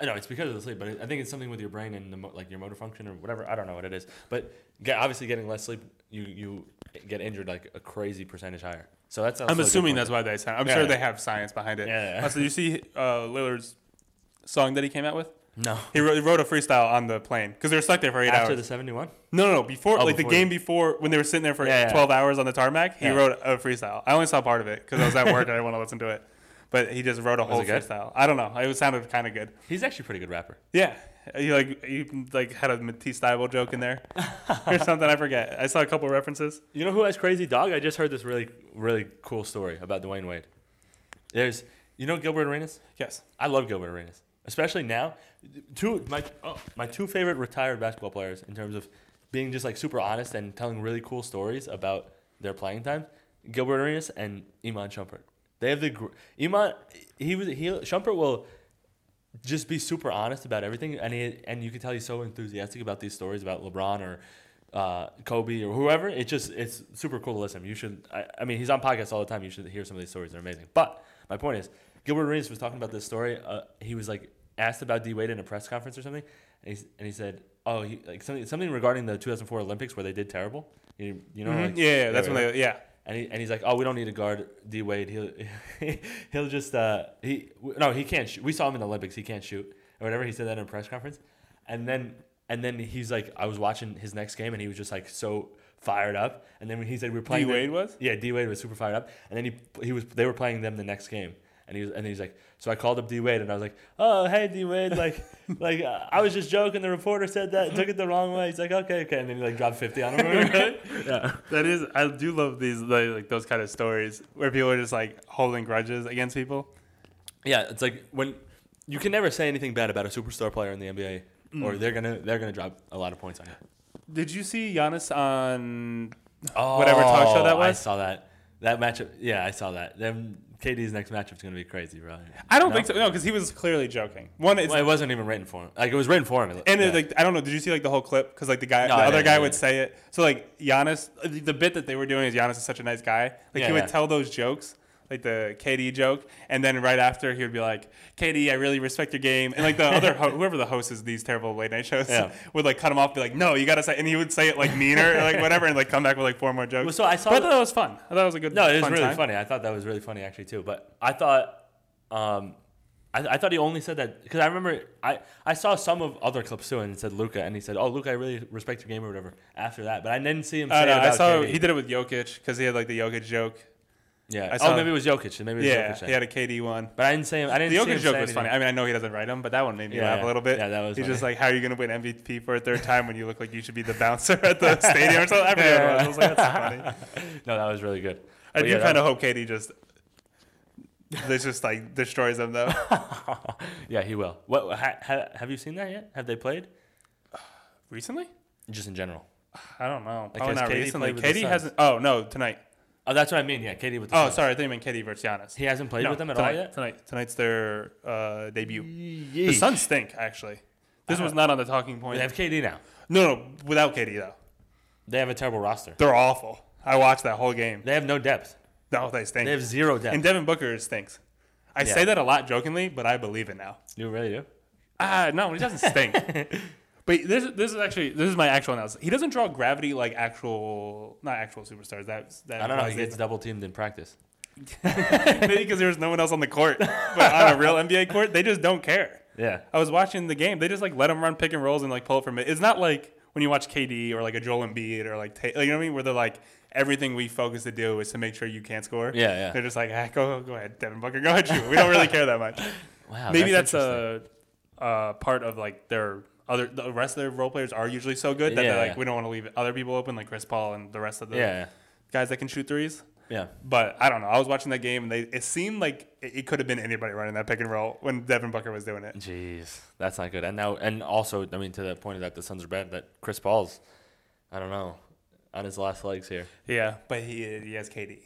I know it's because of the sleep, but I think it's something with your brain and the mo- like your motor function or whatever. I don't know what it is, but get, obviously getting less sleep, you you get injured like a crazy percentage higher. So that's also a I'm good assuming point. that's why they signed. I'm Yeah, sure yeah. they have science behind it. Yeah, yeah. Also, you see uh, Lillard's song that he came out with? no He wrote, he wrote a freestyle on the plane because they were stuck there for eight after the hours. seventy one. no, no, no. Before, Oh, before like the the- game before, when they were sitting there for Yeah, yeah. 12 hours on the tarmac, he Yeah. wrote a freestyle. I only saw part of it because I was at work and I didn't want to listen to it. But he just wrote a whole it good? freestyle. I don't know. It sounded kind of good. He's actually a pretty good rapper. Yeah. He like he like had a Matisse Thybul joke in there or something. I forget. I saw a couple references. You know who has crazy dog? I just heard this really, really cool story about Dwayne Wade. There's, you know, Gilbert Arenas. Yes. I love Gilbert Arenas, especially now. Two my oh, my two favorite retired basketball players in terms of being just like super honest and telling really cool stories about their playing time. Gilbert Arenas and Iman Shumpert. They have the gr- Iman. He was he Shumpert will just be super honest about everything, and he, and you can tell he's so enthusiastic about these stories about LeBron or. Uh, Kobe or whoever, it just it's super cool to listen. You should, I, I mean, he's on podcasts all the time. You should hear some of these stories; they're amazing. But my point is, Gilbert Arenas was talking about this story. Uh, he was like asked about D Wade in a press conference or something, and he, and he said, "Oh, he, like something something regarding the 2004 Olympics where they did terrible." You, you know, Mhm. Oh, like, yeah, yeah, that's when they yeah. and he and he's like, "Oh, we don't need to guard D Wade. He'll he'll just uh he w- no he can't shoot. We saw him in the Olympics. He can't shoot or whatever." He said that in a press conference, and then and then he's like, "I was watching his next game, and he was just like so fired up." And then when he said we were playing D. the- Wade was? yeah D Wade was super fired up, and then he he was they were playing them the next game. And he was, and he's like, so I called up D Wade, and I was like, oh hey D Wade, like, like uh, I was just joking. The reporter said that, took it the wrong way. He's like, okay, okay, and then he like dropped fifty on him. yeah. That is, I do love these like, like those kind of stories where people are just like holding grudges against people. Yeah, it's like when you can never say anything bad about a superstar player in the NBA, or they're gonna they're gonna drop a lot of points on you. Did you see Giannis on? Oh, Whatever talk show that I was? saw that that matchup. Yeah, I saw that. Then KD's next matchup's gonna be crazy, bro. I don't think so. No, because he was clearly joking. One, it's, Well, it wasn't even written for him. Like it was written for him. and yeah. it, like I don't know. Did you see like the whole clip? Because like the guy, No, the I other didn't, guy I would didn't. say it. So like Giannis, the, the bit that they were doing is Giannis is such a nice guy. Like Yeah, he would yeah. tell those jokes. Like the KD joke, and then right after he would be like, "KD, I really respect your game," and like the other ho- whoever the host is these terrible late night shows Yeah. would like cut him off, be like, "No, you gotta say," and he would say it like meaner, or, like whatever, and like come back with like four more jokes. Well, so I saw But I the- thought that was fun. I thought it was a good. no, it was fun really time. funny. I thought that was really funny actually too. But I thought, um, I, I thought he only said that because I remember I, I saw some of other clips too, and it said Luca, and he said, "Oh, Luca, I really respect your game or whatever." After that, but I didn't see him. Say Oh, it no, I about saw KD. he did it with Jokic because he had like the Jokic joke. Yeah. I oh, saw- maybe it was Jokic. Maybe it was Yeah, Jokic. then. he had a KD one. But I didn't say him. I didn't. The see Jokic him joke say was funny. anything. I mean, I know he doesn't write them, but that one made me Yeah, laugh yeah. a little bit. Yeah, that was He's just funny. like, "How are you going to win MVP for a third time when you look like you should be the bouncer at the stadium or something?" I forget what it was. I was like, "That's funny." no, that was really good. I But do yeah, kind of hope KD just this just like destroys them though. that- yeah, he will. What ha, ha, have you seen that yet? Have they played? Recently, Just in general. I don't know. Probably has not KD recently. played with the KD Suns? hasn't. Oh no, tonight. Oh, that's what I mean. Yeah, Katie with. The Oh, Suns. sorry, I think you meant KD versus Giannis. He hasn't played No, with them at tonight, all yet. Tonight, tonight's their uh, debut. The Yeesh. Suns stink, actually. This was not on the talking point. They have KD now. no, no, without KD though, They have a terrible roster. they're awful. I watched that whole game. They have no depth. No, they stink. They have zero and depth. Devin Booker stinks. I Yeah. say that a lot jokingly, but I believe it now. You really do. Ah, no, he doesn't stink. but But this this is actually this is my actual analysis. He doesn't draw gravity like actual not actual superstars. That's that I don't know. He gets double teamed in practice. maybe because there was no one else on the court. But on a real NBA court, they just don't care. Yeah. I was watching the game. They just like let him run pick and rolls and like pull it from it. It's not like when you watch KD or like a Joel Embiid or like, Ta- like you know what I mean, where they're like everything we focus to do is to make sure you can't score. Yeah, yeah. They're just like, ah, go go ahead, Devin Booker, go ahead, shoot. We don't really care that much. Wow. Maybe that's, Oh, uh, interesting. a, a part of like their other the rest of their role players are usually so good that Yeah, they're like yeah. we don't want to leave other people open like Chris Paul and the rest of the yeah. guys that can shoot threes. Yeah. But I don't know. I was watching that game and they it seemed like it, it could have been anybody running that pick and roll when Devin Booker was doing it. Jeez, that's not good. And now, and also, I mean, to the point of that, the Suns are bad. That Chris Paul's, I don't know, on his last legs here. Yeah, but he he has KD.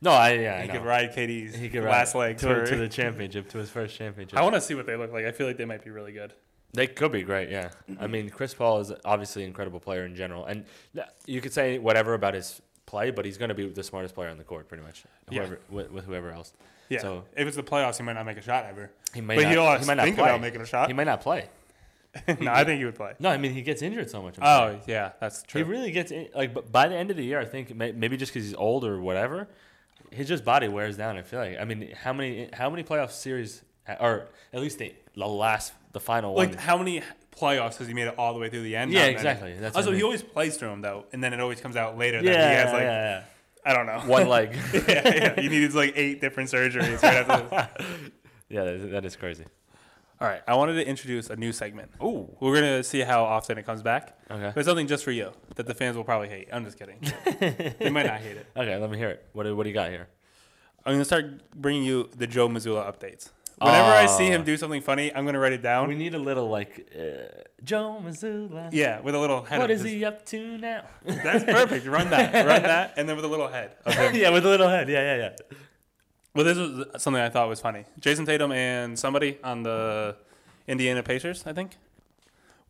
No, I yeah, He I could know. ride KD's He could last ride leg to, for- to the championship, to his first championship. I want to see what they look like. I feel like they might be really good. They could be great, yeah. I mean, Chris Paul is obviously an incredible player in general, and th- you could say whatever about his play, but he's going to be the smartest player on the court, pretty much. Yeah. Whoever with, with whoever else. Yeah. So if it's the playoffs, he might not make a shot ever. he might But not. he'll always he might not think play. about making a shot. He might not play. no, I think he would play. No, I mean he gets injured so much. I'm saying. Oh yeah, that's true. He really gets in, like, but by the end of the year, I think may, maybe just because he's old or whatever, his just body wears down. I feel like. I mean, how many how many playoff series uh, or at least the, the last the final like one? how many playoffs has he made it all the way through the end? Yeah, Not many. exactly. That's what also, I he mean. always plays through him though, and then it always comes out later Yeah, that he has yeah, like yeah, I don't know yeah. one leg. yeah, yeah, he needs like eight different surgeries. Right after this. yeah, that is, that is crazy. All right, I wanted to introduce a new segment. Ooh. We're gonna see how often it comes back. Okay. But it's something just for you that the fans will probably hate. I'm just kidding. they might not hate it. Okay, let me hear it. What do, what do you got here? I'm gonna start bringing you the Joe Missoula updates. Whenever I see Aw. him do something funny, I'm gonna write it down. Ah. We need a little like uh, Joe Mazzulla. yeah, with a little head. What of is his- he up to now? That's perfect. Run that. Run that, and then with a little head. of him. yeah, with a little head. Yeah, yeah, yeah. Well, this was something I thought was funny. Jason Tatum and somebody on the Indiana Pacers, I think,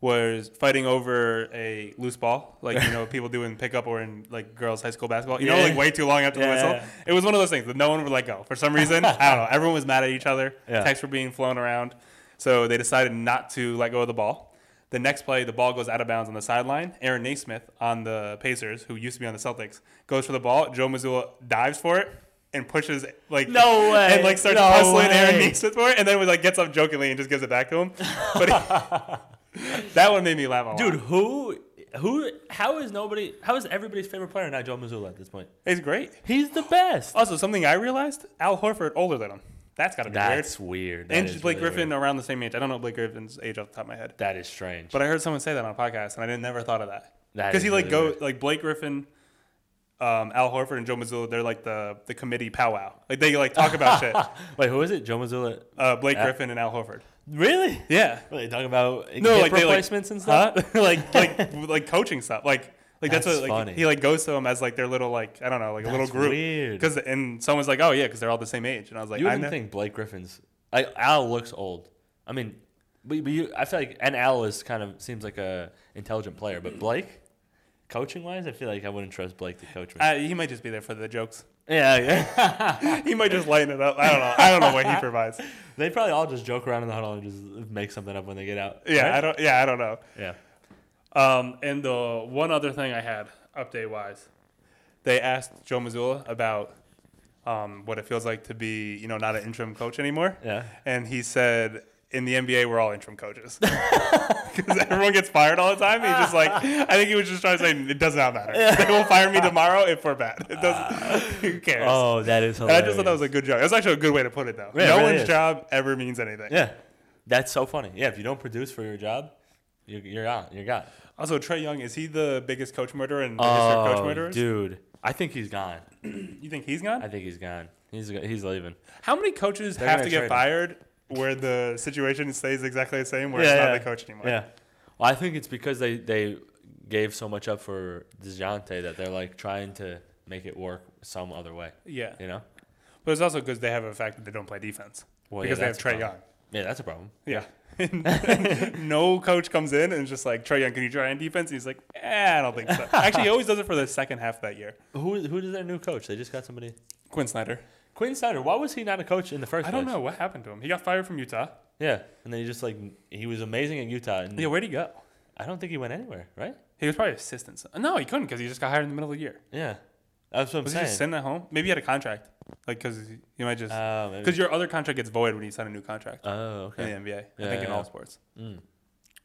was fighting over a loose ball, like you know people do in pickup or in like girls' high school basketball. You know, Yeah. like way too long after Yeah, the whistle. yeah, It was one of those things that no one would let go for some reason. I don't know. Everyone was mad at each other. Yeah. Texts were being flown around, so they decided not to let go of the ball. The next play, the ball goes out of bounds on the sideline. Aaron Naismith on the Pacers, who used to be on the Celtics, goes for the ball. Joe Missoula dives for it and pushes like No way. and like starts No hustling Aaron way. Naismith for it, and then like gets up jokingly and just gives it back to him. But that one made me laugh a lot. Dude, who, who, how is nobody, how is everybody's favorite player now Joe Mazzulla at this point? it's great. He's the best. Also, something I realized: Al Horford older than him. That's gotta be That's weird. That weird. is And Blake really Griffin weird. around the same age. I don't know Blake Griffin's age off the top of my head, That is strange. but I heard someone say that on a podcast, and I didn't, never thought of that. That is Because he like really go weird. like Blake Griffin, um, Al Horford, and Joe Mazzulla. They're like the the committee powwow. Like they like talk about shit. Wait, who is it? Joe Mazzulla? Uh, Blake Yeah. Griffin and Al Horford. Really? Yeah. What, they talking about no, hip like they, replacements like, and stuff? Huh? like like like coaching stuff. Like like that's, That's what like funny. he like goes to them as like their little like I don't know like a little That's group. weird. Because and someone's like, oh yeah, because they're all the same age, and I was like, You I wouldn't know. think Blake Griffin's. I, Al looks old. I mean, but, but you, I feel like, and Al is kind of seems like a intelligent player, but Blake, coaching wise, I feel like I wouldn't trust Blake to coach me. Uh, he might just be there for the jokes. yeah, yeah. he might just lighten it up. I don't know. I don't know what he provides. they probably all just joke around in the huddle and just make something up when they get out. Yeah, right? I don't. Yeah, I don't know. yeah. Um, and the one other thing I had update wise, they asked Joe Missoula about um, what it feels like to be you know not an interim coach anymore. Yeah. and he said in the NBA we're all interim coaches because everyone gets fired all the time. He's just like, I think he was just trying to say it does not matter. They will fire me tomorrow if we're bad. It doesn't. Who cares? Oh, that is and I hilarious. just thought that was a good joke. That's actually a good way to put it though. Yeah, it no really one's is. job ever means anything. Yeah, that's so funny. Yeah, if you don't produce for your job, you're, you're out. You're got. Also, Trey Young is he the biggest coach murderer in the history of coach Oh, murderers? dude, I think he's gone. You think he's gone? I think he's gone. He's he's leaving. How many coaches have gonna to get trade him. fired where the situation stays exactly the same, where it's not the coach anymore? Yeah. Well, I think it's because they they gave so much up for Dejounte that they're like trying to make it work some other way. Yeah. You know. But it's also because they have a fact that they don't play defense Well, yeah, because they have that's a Trey Young. problem. Yeah, that's a problem. Yeah. no coach comes in and is just like, Trey Young, can you try on defense? And he's like, eh, I don't think so. Actually, he always does it for the second half of that year. Who who is their new coach? They just got somebody. Quinn Snyder. Quinn Snyder. Why was he not a coach in the first? I don't place? know what happened to him. He got fired from Utah. Yeah, and then he just like he was amazing in Utah. And Yeah, where'd he go? I don't think he went anywhere, right? He was probably assistant. some- No, he couldn't because he just got hired in the middle of the year. Yeah, that's what I'm Was he saying. just sitting at home? Maybe he had a contract. Like, because you might just. Oh, maybe. Because your other contract gets void when you sign a new contract oh, okay. in the NBA. Yeah, I think in yeah. all sports.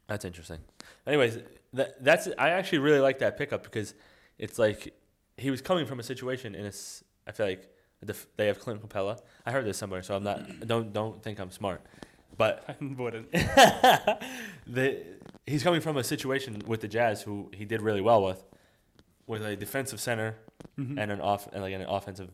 That's interesting. Anyways, that that's I actually really like that pickup because it's like he was coming from a situation in a s I feel like the, f- they have Clint Capella. I heard this somewhere, so I'm not don't don't think I'm smart, but I wouldn't. the he's coming from a situation with the Jazz who he did really well with, with a defensive center and an off and like an offensive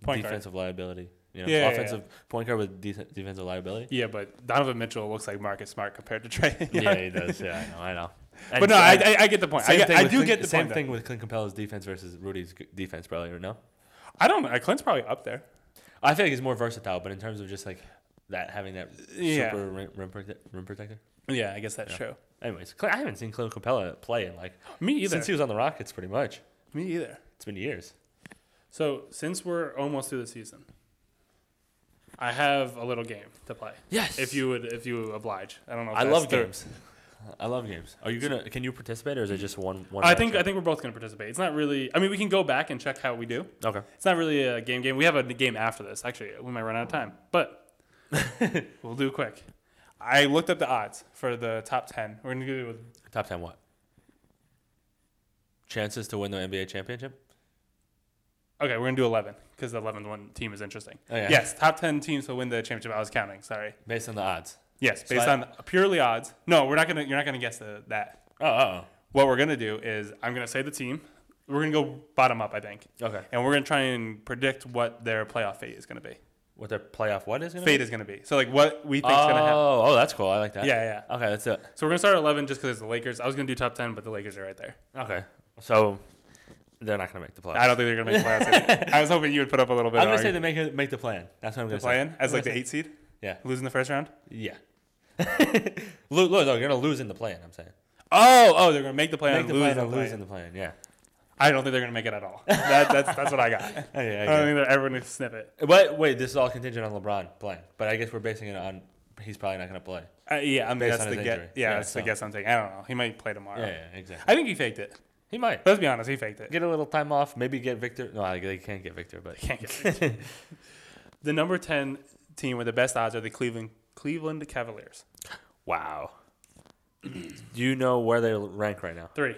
Mm-hmm. Point guard. defensive liability. You know, Yeah, yeah, yeah. offensive point guard with def- defensive liability. Yeah, but Donovan Mitchell looks like Marcus Smart compared to Trey. Young. Yeah, I know. I know. But no, I, I, I get the point. I, Same get- thing I with do Clint- get the same point. thing Thing. with Clint Capella's defense versus Rudy's g- defense, probably or no? I don't. know. Clint's probably up there. I feel like he's more versatile, but in terms of just like that having that Yeah. super rim, rim, prote- rim protector. Yeah, I guess that's true. Anyways, Clint, I haven't seen Clint Capella play in like Me either. since he was on the Rockets, pretty much. Me either. It's been years. So since we're almost through the season, I have a little game to play. Yes. If you would, if you oblige, I don't know. If I that's love the- games. I love games. Are you gonna? Can you participate, or is it just one? One. I think I matchup? think we're both going to participate. It's not really. I mean, we can go back and check how we do. Okay. It's not really a game game. We have a game after this. Actually, we might run out of time, but we'll do quick. I looked up the odds for the top ten. We're going to do it with Top ten. What? Chances to win the NBA championship. Okay, we're gonna do eleven because the eleventh one team is interesting. Oh, yeah. Yes, top ten teams will win the championship. I was counting. Sorry. Based on the odds. Yes, based I- on purely odds. No, we're not gonna. You're not gonna guess the, that. Oh. oh, What we're gonna do is I'm gonna say the team. We're gonna go bottom up, I think, oh. Okay. and we're gonna try and predict what their playoff fate is gonna be. What their playoff? What is gonna Fate Be? is gonna be. So like what we Oh, think's gonna happen. oh, that's cool. I like that. Yeah, yeah. Okay, that's it. So we're gonna start at eleven just because it's the Lakers. I was gonna do top ten, but the Lakers are right there. Okay, so they're not gonna make the playoffs. I don't think they're gonna make the playoffs. I was hoping you would put up a little bit. I'm of gonna say argument. they make make the plan. That's what I'm gonna play in say. as like I'm the eight seed, Yeah, losing the first round. yeah. Look, no, you're gonna lose in the plan. I'm saying Oh, oh, they're gonna make the play make and the lose plan the and play-in. lose in the plan. Yeah. I don't think they're gonna make it at all. That, that's that's what I got. Oh, yeah, I I get don't think they're ever gonna snip it. But wait, this is all contingent on LeBron playing. But I guess we're basing it on he's probably not gonna play. Uh, yeah, I mean Based that's on the his guess. injury. Yeah, Yeah, that's the so- guess I'm taking. I don't know. He might play tomorrow. Yeah, yeah, exactly. I think he faked it. He might Let's be honest, he faked it. get a little time off. Maybe get Victor. No, I- they can't get Victor, but Can't get faked. the number ten team with the best odds are the Cleveland Cleveland Cavaliers. wow. Do you know where they rank right now? Three,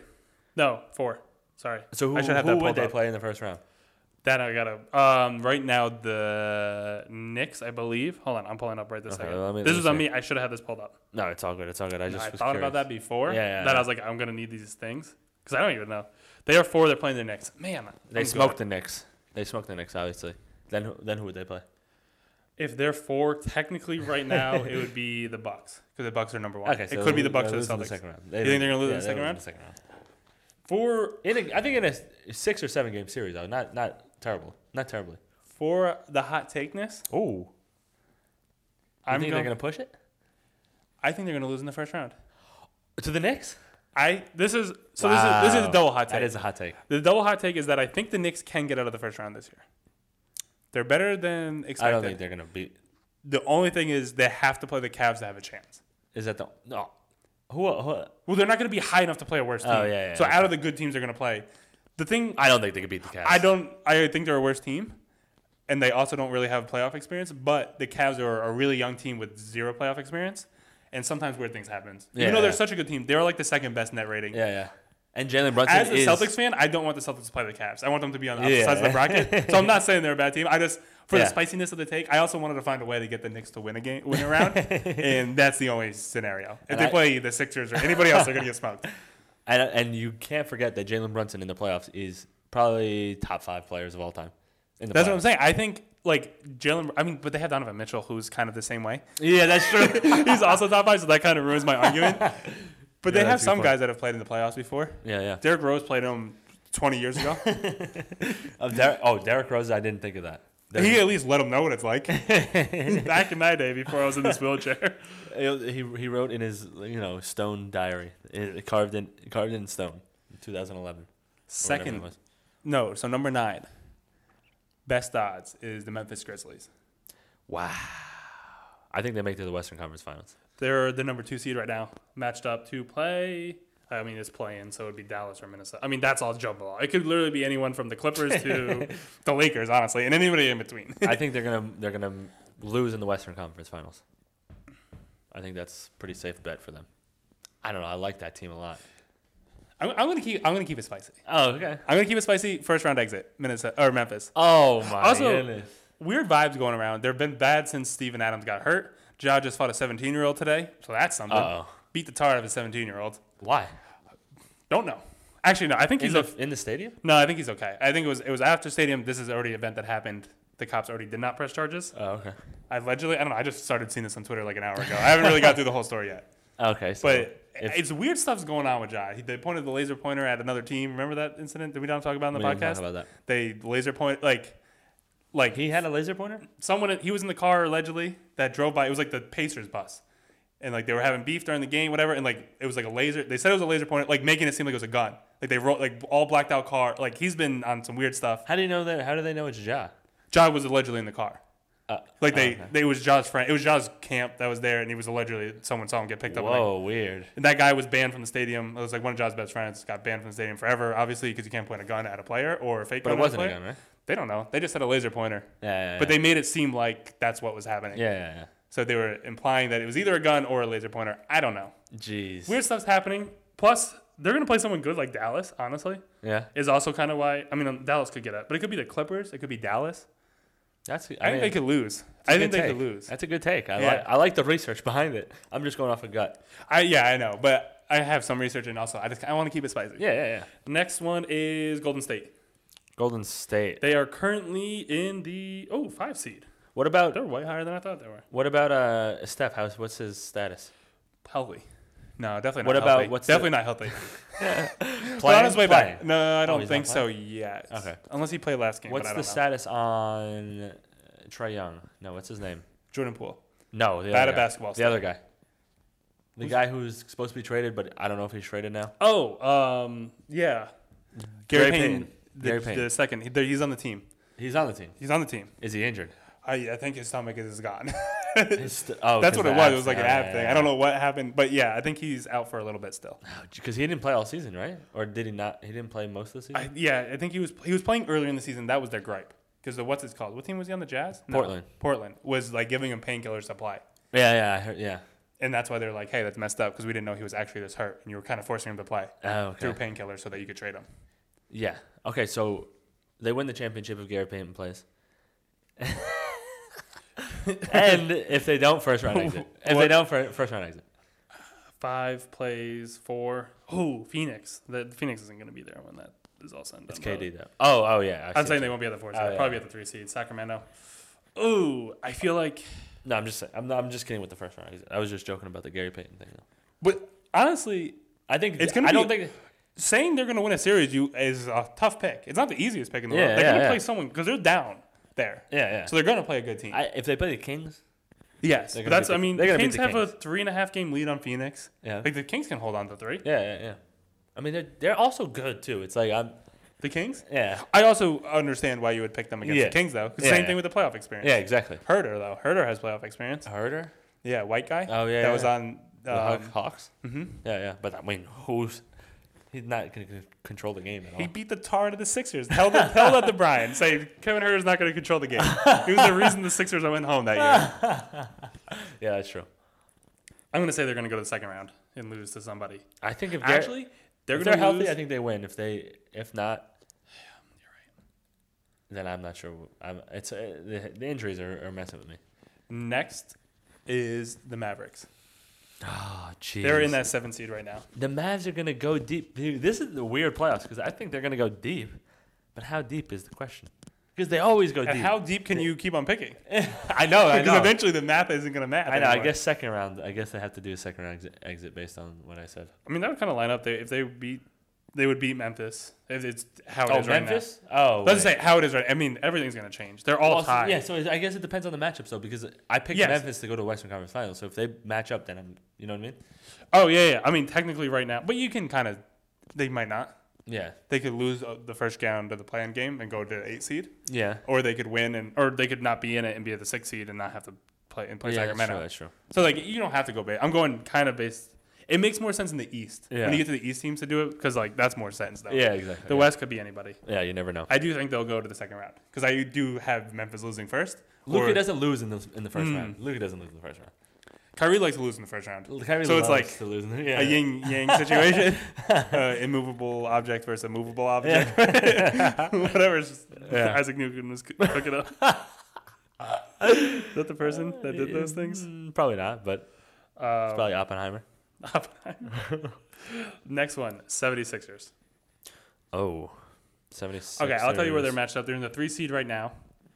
no four. Sorry. So who, I should have who that would pulled they up. play in the first round? That I gotta. Um, right now the Knicks, I believe. Hold on, I'm pulling up right this Okay, second. let me- let this me was on see. me. I should have had this pulled up. No, it's all good. It's all good. I just I was thought curious. about that before. Yeah, yeah, that yeah. I was like, I'm gonna need these things because I don't even know. They are four. They're playing the Knicks. Man, They I'm smoked good. the Knicks. They smoked the Knicks, obviously. Then who, then who would they play? If they're four, technically right now it would be the Bucks because the Bucks are number one. Okay, uh, it could be the Bucks or the Celtics. second round. You think they're gonna lose in the they second lose round? the second round. Four, In a, I think in a s- six or seven game series though, not not terrible, not terribly. for the hot takeness, Oh, I I'm think going. they're gonna push it I think they're gonna lose in the first round. to the Knicks. I this is so this is this is Wow. a double hot take. That is a hot take. the double hot take is that I think the Knicks can get out of the first round this year. They're better than expected. I don't think they're gonna beat. the only thing is they have to play the Cavs to have a chance. Is that the no? Who? who Well, they're not going to be high enough to play a worse team. Oh, yeah, yeah, so okay. out of the good teams they're going to play, the thing I don't think they could beat the Cavs. I don't I think they're a worse team, and they also don't really have playoff experience. But the Cavs are a really young team with zero playoff experience, and sometimes weird things happen. Yeah, Even though they're yeah. such a good team, they're like the second best net rating. Yeah, yeah. And Jalen Brunson As a is Celtics fan, I don't want the Celtics to play the Cavs. I want them to be on the opposite Yeah. sides of the bracket. So I'm not saying they're a bad team. I just for Yeah. the spiciness of the take, I also wanted to find a way to get the Knicks to win a game, win a round, and that's the only scenario. If And they I- play the Sixers or anybody else, they're gonna get smoked. and, and you can't forget that Jalen Brunson in the playoffs is probably top five players of all time. In the That's playoffs. what I'm saying. I think like Jalen. I mean, but they have Donovan Mitchell, who's kind of the same way. Yeah, that's true. He's also top five, so that kind of ruins my argument. But Yeah, they have that's a good some point. guys that have played in the playoffs before. yeah, yeah. Derrick Rose played him 20 years ago. Of Der- oh, Derrick Rose, I didn't think of that. Derrick- he at least let him know what it's like. Back in my day, before I was in this wheelchair. he he wrote in his you know stone diary, it, carved in carved in stone, 2011. or whatever it Second, was. no. So number nine, best odds is the Memphis Grizzlies. Wow. I think they make it to the Western Conference Finals. They're the number two seed right now, matched up to play. I mean, it's playing, so it'd be Dallas or Minnesota. I mean, that's all jumble. It could literally be anyone from the Clippers to the Lakers, honestly, and anybody in between. I think they're gonna they're gonna lose in the Western Conference Finals. I think that's a pretty safe bet for them. I don't know. I like that team a lot. I'm, I'm gonna keep. I'm gonna keep it spicy. Oh, okay. I'm gonna keep it spicy. First round exit, Minnesota or Memphis. Oh my Also- goodness. Weird vibes going around. They've been bad since Steven Adams got hurt. Ja just fought a 17 year old today, so that's something. Uh oh. Beat the tar out of a 17 year old. Why? Don't know. Actually, no. I think In he's the, a, in the stadium? no. I think he's okay. I think it was it was after stadium. This is already an event that happened. The cops already did not press charges. Oh, okay. Allegedly, I don't know. I just started seeing this on Twitter like an hour ago. I haven't really got through the whole story yet. Okay. So But if- it's weird stuff's going on with Ja. He- They pointed the laser pointer at another team. Remember that incident that we don't talk about in the we didn't podcast? talk about that. They laser point like like He had a laser pointer. someone he was in the car allegedly that drove by. It was like the Pacers bus, and like they were having beef during the game, whatever. And like it was like a laser. They said it was a laser pointer, like making it seem like it was a gun. Like they wrote like all blacked out car. Like he's been on some weird stuff. How do you know that? How do they know it's Ja? Ja was allegedly in the car. Uh, Like they, oh, okay. they it was Ja's friend. It was Ja's camp that was there, and he was allegedly someone saw him get picked up. and, like, Whoa, weird. And that guy was banned from the stadium. It was like one of Ja's best friends got banned from the stadium forever, obviously, because you can't point a gun at a player or a fake But gun it wasn't a at a player. gun, right? They don't know. They just had a laser pointer. Yeah. yeah, yeah. But they made it seem like that's what was happening. Yeah, yeah, So they were implying that it was either a gun or a laser pointer. I don't know. yeah. Jeez. Weird stuff's happening. Plus, they're going to play someone good like Dallas, honestly, Yeah. is also kind of why. I mean, um, Dallas could get up, but it could be the Clippers. It could be Dallas. That's. I, I, mean, think they could lose. I think good they take. could lose. That's a good take. I Yeah. like. I like the research behind it. I'm just going off a gut. I, yeah, I know. But I have some research, and also I just I want to keep it spicy. Yeah, yeah, yeah. Next one is Golden State. Golden State. They are currently in the oh five seed. What about They're way higher than I thought they were. what about uh Steph? How's what's his status? Healthy. No, definitely not. What about- healthy. what's the- definitely not healthy? But on Playing? his way back. Playing. Oh, No, I don't he's think not so yet. Okay. Unless he played last game. What's but the I don't know. status on uh, Trey Young? No, what's his name? Jordan Poole? No, the Bad other at guy. basketball The still. other guy. The guy who's supposed to be traded, but I don't know if he's traded now. Oh, um, yeah. Gary Gary Payton. Payton. The, Gary Payton. the second. He- there- he's on the team. He's on the team. He's on the team. Is he injured? I, I think his stomach is gone. His st- oh, That's 'cause what it the was. It abs- was like an yeah, ab yeah, thing. yeah. I don't know what happened, but yeah, I think he's out for a little bit still. because he didn't play all season, right? Or did he not? He didn't play most of the season. I, yeah, I think he was he was playing earlier in the season. That was their gripe because the what's it called? What team was he on? The Jazz? Portland. Portland was like giving him painkiller supply, yeah, yeah, I heard, yeah. and that's why they're like, hey, that's messed up because we didn't know he was actually this hurt, and you were kind of forcing him to play Oh, through okay. painkillers so that you could trade him. Yeah. Okay, so they win the championship if Gary Payton plays. and if they don't, first round exit. If What? Oh. they don't, fir- first round exit. Five plays four. Oh, Phoenix. The Phoenix isn't going to be there when that is all said and done. It's by the way. KD though. Oh, oh yeah. I I'm see. saying they won't be at the four seed. Oh, They'll yeah. Probably be at the three seed. Sacramento. Ooh, I feel like no, I'm just saying, I'm, not, I'm just kidding with the first round exit. I was just joking about the Gary Payton thing. Though. But honestly, I think It's gonna I don't be- think saying they're going to win a series you is a tough pick. It's not the easiest pick in the Yeah, world. They're yeah, going to yeah. play someone because they're down there, yeah, yeah. so they're going to play a good team. I, if they play the Kings, yes, They're but gonna that's. beat the- I mean, they're the gonna beat Kings the have a Kings. three and a half game lead on Phoenix. yeah, Like the Kings can hold on to three. yeah, yeah, yeah. I mean, they're they're also good too. It's like I'm The Kings. yeah, I also understand why you would pick them against Yeah. the Kings, though. 'cause Yeah, Same yeah. thing with the playoff experience. yeah, exactly. Herder though. Herder has playoff experience. Herder, Yeah, white guy. Oh, yeah, that yeah. was on. the Hawk- Um, Hawks. mhm. Yeah, yeah. But I mean, who's he's not gonna c- control the game at all. He beat the tar out of the Sixers. Tell that, tell that to Brian. Say Kevin Herter's not going to control the game. He was the reason the Sixers went home that year. yeah, that's true. I'm gonna say they're gonna go to the second round and lose to somebody. I think if they're, Actually, they're if gonna they're healthy, lose. I think they win. If they if not, then I'm not sure. I'm, it's uh, the, the injuries are, are messing with me. Next is the Mavericks. Ah, Oh, jeez. They're in that seven seed right now. The Mavs are gonna go deep. Dude, this is the weird playoffs because I think they're gonna go deep, but how deep is the question? Because they always go And deep. how deep can you keep on picking? I know. Oh, I Because know. eventually the math isn't gonna math. I know. I anymore. guess second round. I guess they have to do a second round exit, exit based on what I said. I mean, that would kind of line up. They, if they beat, they would beat Memphis. If it's how it is Oh, Memphis. Oh, right now. Let's wait. say how it is right. I mean, everything's gonna change. They're all Also- tied. Yeah, so I guess it depends on the matchup though, because I picked Yes. Memphis to go to Western Conference Finals. So if they match up, then I'm, you know what I mean? Oh yeah, yeah. I mean, technically right now, but you can kind of. They might not. Yeah, They could lose uh, the first round of the play-in game and go to eight seed. yeah, or they could win and or they could not be in it and be at the sixth seed and not have to play and play Yeah, that's Sacramento. true. That's true. So like you don't have to go big. I'm going kind of based. It makes more sense in the East Yeah. when you get to the East teams to do it because like that's more sense though. Yeah, exactly. The yeah. West could be anybody. Yeah, you never know. I do think they'll go to the second round because I do have Memphis losing first. Luca or- doesn't lose in the in the first Mm. round. Luca doesn't lose in the first round. Kyrie likes to lose in the first round. Kyrie So loves it's like to lose in the, yeah. A yin yang situation, uh, immovable object versus a movable object. Whatever. it's just- Yeah. Isaac Newton was c- cooking up. Is that the person that did those things? Mm, Probably not, but Uh, it's probably Oppenheimer. Um, Next one, 76ers. Oh, 76. Okay, I'll tell you where they're matched up. They're in the three seed right now.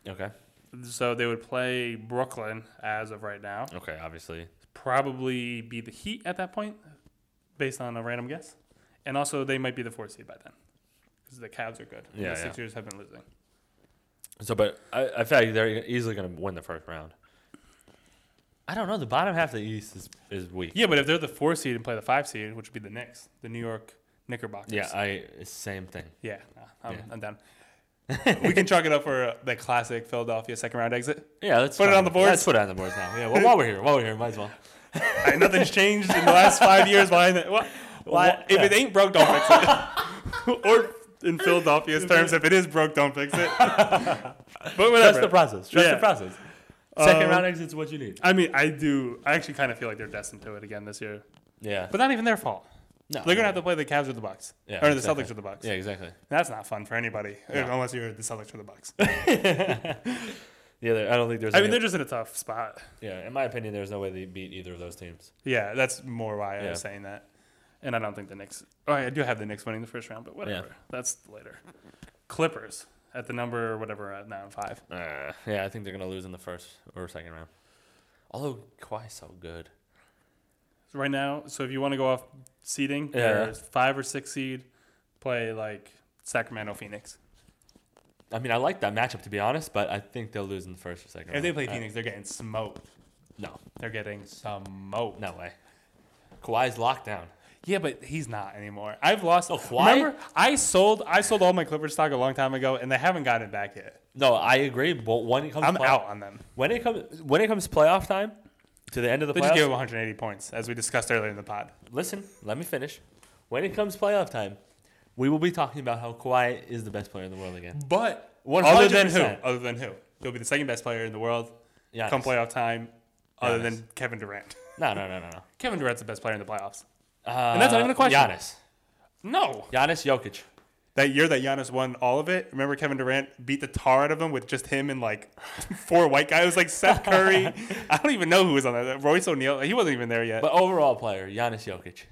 Okay. So they would play Brooklyn as of right now. Okay, obviously. Probably be the Heat at that point, based on a random guess. And also, they might be the four seed by then because the Cavs are good. and Yeah, yeah. the Sixers have been losing. So, but I, I feel like they're easily going to win the first round. I don't know. The bottom half of the East is, is weak. Yeah, but if they're the four seed and play the five seed, which would be the Knicks, the New York Knickerbockers. Yeah, I it's same thing. yeah, nah, I'm, Yeah. I'm down. we can chalk it up for uh, the classic Philadelphia second round exit. Yeah, let's Put it try- on the boards. Let's put it on the boards now. Yeah, well, while we're here, while we're here, might as well. Alright, nothing's changed in the last five years. Why? Why, why Why- if it ain't broke, don't fix it. or in Philadelphia's terms, if it is broke, don't fix it. but Trust the whatever. process. Trust Yeah. the process. Second Um, round exit's what you need. I mean, I do. I actually kind of feel like they're destined to it again this year, Yeah. but not even their fault. no, They're gonna have to play the Cavs or the Bucks, Yeah, or the exactly. Celtics or the Bucks. Yeah, exactly. That's not fun for anybody, No. unless you're the Celtics or the Bucks. Yeah, there- I don't think there's. I any- mean, they're just in a tough spot. yeah, in my opinion, there's no way they beat either of those teams. Yeah, that's more why I Yeah. was saying that. And I don't think the Knicks. Oh, I do have the Knicks winning the first round, but whatever. That's later. Clippers at the number or whatever at nine five. Uh, yeah, I think they're gonna lose in the first or second round. Although Kawhi's so good. So right now, so if you want to go off seeding, Yeah. there's five or six seed play like Sacramento Phoenix. I mean, I like that matchup to be honest, but I think they'll lose in the first or second. If round. they play Uh, Phoenix, they're getting smoked. no, They're getting smoked. no way. Kawhi's locked down. Yeah, but he's not anymore. I've lost. Oh, why? Remember, I sold I sold all my Clippers stock a long time ago, and they haven't gotten it back yet. No, I agree. But when it comes, I'm play- out on them. When it comes, when it comes playoff time, to the end of the They just playoffs. gave him 180 points, as we discussed earlier in the pod. listen, let me finish. When it comes playoff time, we will be talking about how Kawhi is the best player in the world again. But 100%. other than who? Other than who? He'll be the second best player in the world Yeah. come playoff time, other Giannis. than Kevin Durant. No, no, no, no, no. Kevin Durant's the best player in the playoffs. Uh, that's not even a question. Giannis. No. Giannis Jokic. That year that Giannis won all of it, remember Kevin Durant beat the tar out of him with just him and like four white guys. It was like Seth Curry. I don't even know who was on that. Royce O'Neal. He wasn't even there yet. But overall player, Giannis Jokic.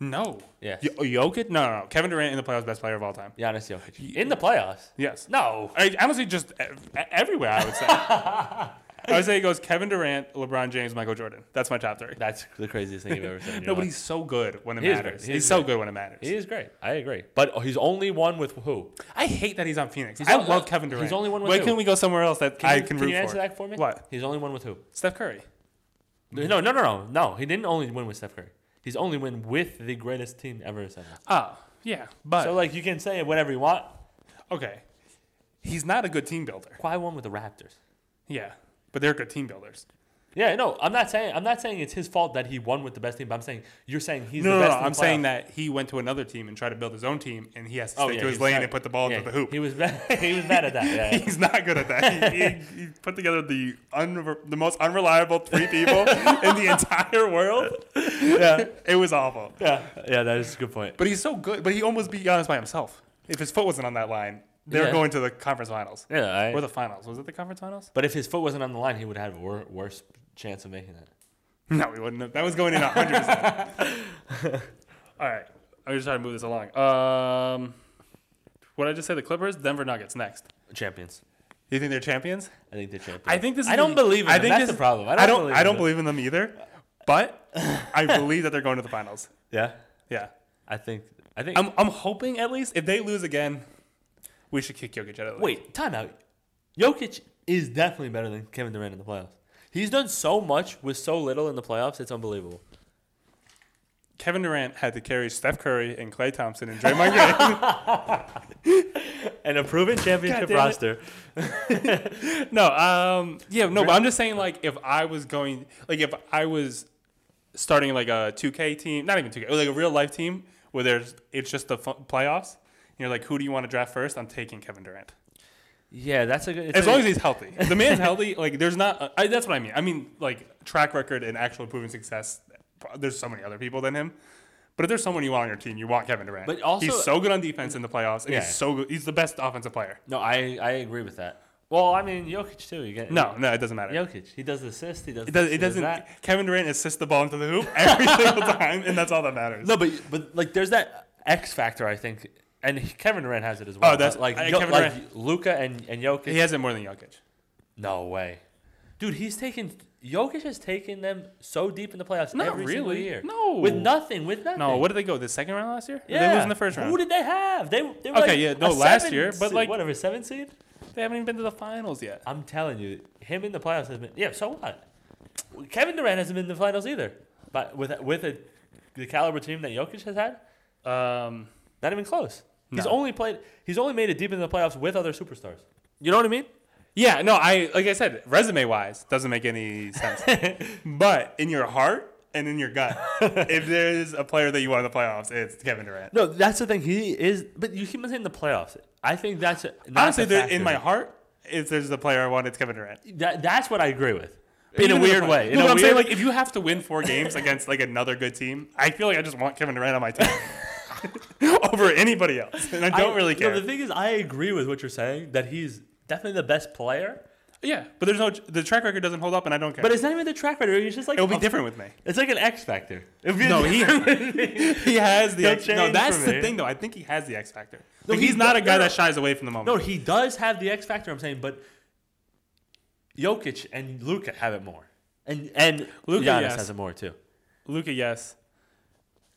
no. Yes. Y- Jokic? No, no, no. Kevin Durant in the playoffs, best player of all time. Giannis Jokic. In the playoffs. Yes. No. I, honestly, just e- e- everywhere, I would say. I would say it goes Kevin Durant, LeBron James, Michael Jordan. That's my top three. That's the craziest thing you've ever said. in your No, but life. he's so good when it He is matters. good. He He's is so good. good when it matters. he is great. I agree. But he's only one with who? I hate that he's on Phoenix. He's I only- love Kevin Durant. he's only one with Why two. can we go somewhere else that Can I you- can, can root you answer for? that for me? What? He's only one with who? Steph Curry. No, no, no, no, no. He didn't only win with Steph Curry. He's only win with the greatest team ever assembled. Oh, yeah, but So like you can say whatever you want. okay, he's not a good team builder. Kawhi won with the Raptors. Yeah, but they're good team builders. Yeah, no, I'm not saying I'm not saying it's his fault that he won with the best team. But I'm saying you're saying he's No, the no, best. no, in the I'm saying playoffs. that he went to another team and tried to build his own team, and he has to Oh, stick yeah, to his he's lane not- and put the ball Yeah, into the hoop. He was bad. he was bad at that. Yeah, yeah. He's not good at that. He, he, he put together the unre- the most unreliable three people in the entire world. Yeah, it was awful. yeah, yeah. That is a good point. But he's so good. But he almost beat Giannis by himself. If his foot wasn't on that line, they're Yeah. going to the conference finals Yeah, I, or the finals. Was it the conference finals? but if his foot wasn't on the line, he would have had a wor- worse chance of making it. No, we wouldn't have. That was going in 100. percent All right, I'm just trying to move this along. Um, what did I just say? The Clippers, Denver Nuggets next. Champions. You think they're champions? I think they're champions. I think this. Is I don't the- believe in I them. think That's this the is- problem. I don't I don't. believe I in don't them. believe in them either. But I believe that they're going to the finals. Yeah, Yeah. I think. I think. I'm, I'm hoping at least if they lose again, we should kick Jokic out of the league. wait, timeout. Jokic is definitely better than Kevin Durant in the playoffs. He's done so much with so little in the playoffs. It's unbelievable. Kevin Durant had to carry Steph Curry and Klay Thompson and Draymond Green. and a proven championship damn it. roster. no, um, yeah, no, but I'm just saying, like, if I was going, like, if I was starting like a 2K team, not even 2K, like a real life team where there's it's just the fu- playoffs. And you're like, who do you want to draft first? I'm taking Kevin Durant. Yeah, that's a good. it's As a- long as he's healthy, If the man's healthy. Like, there's not. I, that's what I mean. I mean, like track record and actual proven success. There's so many other people than him. But if there's someone you want on your team, you want Kevin Durant. But also- he's so good on defense in the playoffs, and Yeah. he's so good. He's the best offensive player. no, I I agree with that. Well, I mean Jokic too. You get No, no, it doesn't matter. Jokic. He does the assist. He does. It, does, this, he it does doesn't. that. Kevin Durant assists the ball into the hoop every single time, and that's all that matters. No, but but like there's that X factor. I think, and he- Kevin Durant has it as well. Oh, that's- but, like I- Jo- Kevin like Durant- Luca and and Jokic. He has it more than Jokic. No way, dude. He's taken. Jokic has taken them so deep in the playoffs Not every single really. year. No. with nothing. With nothing. No, what did they go? The second round last year? Or Yeah. They lose in the first round. Who did they have? They, they were Okay, like yeah, no, a last seven year, but, seed- like- whatever seven seed. they haven't even been to the finals yet. I'm telling you, him in the playoffs has been yeah. So what? Kevin Durant hasn't been in the finals either. But with with a, the caliber team that Jokic has had, Um, not even close. He's No. only played. He's only made it deep in the playoffs with other superstars. You know what I mean? yeah, no, I like I said, resume wise, doesn't make any sense. but in your heart and in your gut, if there is a player that you want in the playoffs, it's Kevin Durant. No, that's the thing. He is, but you keep on saying the playoffs. I think that's a, not Honestly, the there- factor. in my heart, if there's a player I want, it's Kevin Durant. That, that's what I agree with. In Even a the weird play- way. In No, a but I'm saying weird- like if you have to win four games against like another good team, I feel like I just want Kevin Durant on my team over anybody else, and I don't I- really no, care. the thing is, I agree with what you're saying that he's definitely the best player, yeah, but there's no the track record doesn't hold up, and I don't care. but it's not even the track record. It's just like it'll be a- different with me. It's like an X factor. It'd be a No, he he has the He'll X, no. change That's for the me. thing though. I think he has the X factor. No, Like, he he's not do- a guy no, no. that shies away from the moment. No, he does have the X factor. I'm saying, but Jokic and Luca have it more, and and Luka, Giannis yes. has it more too. Luca, yes.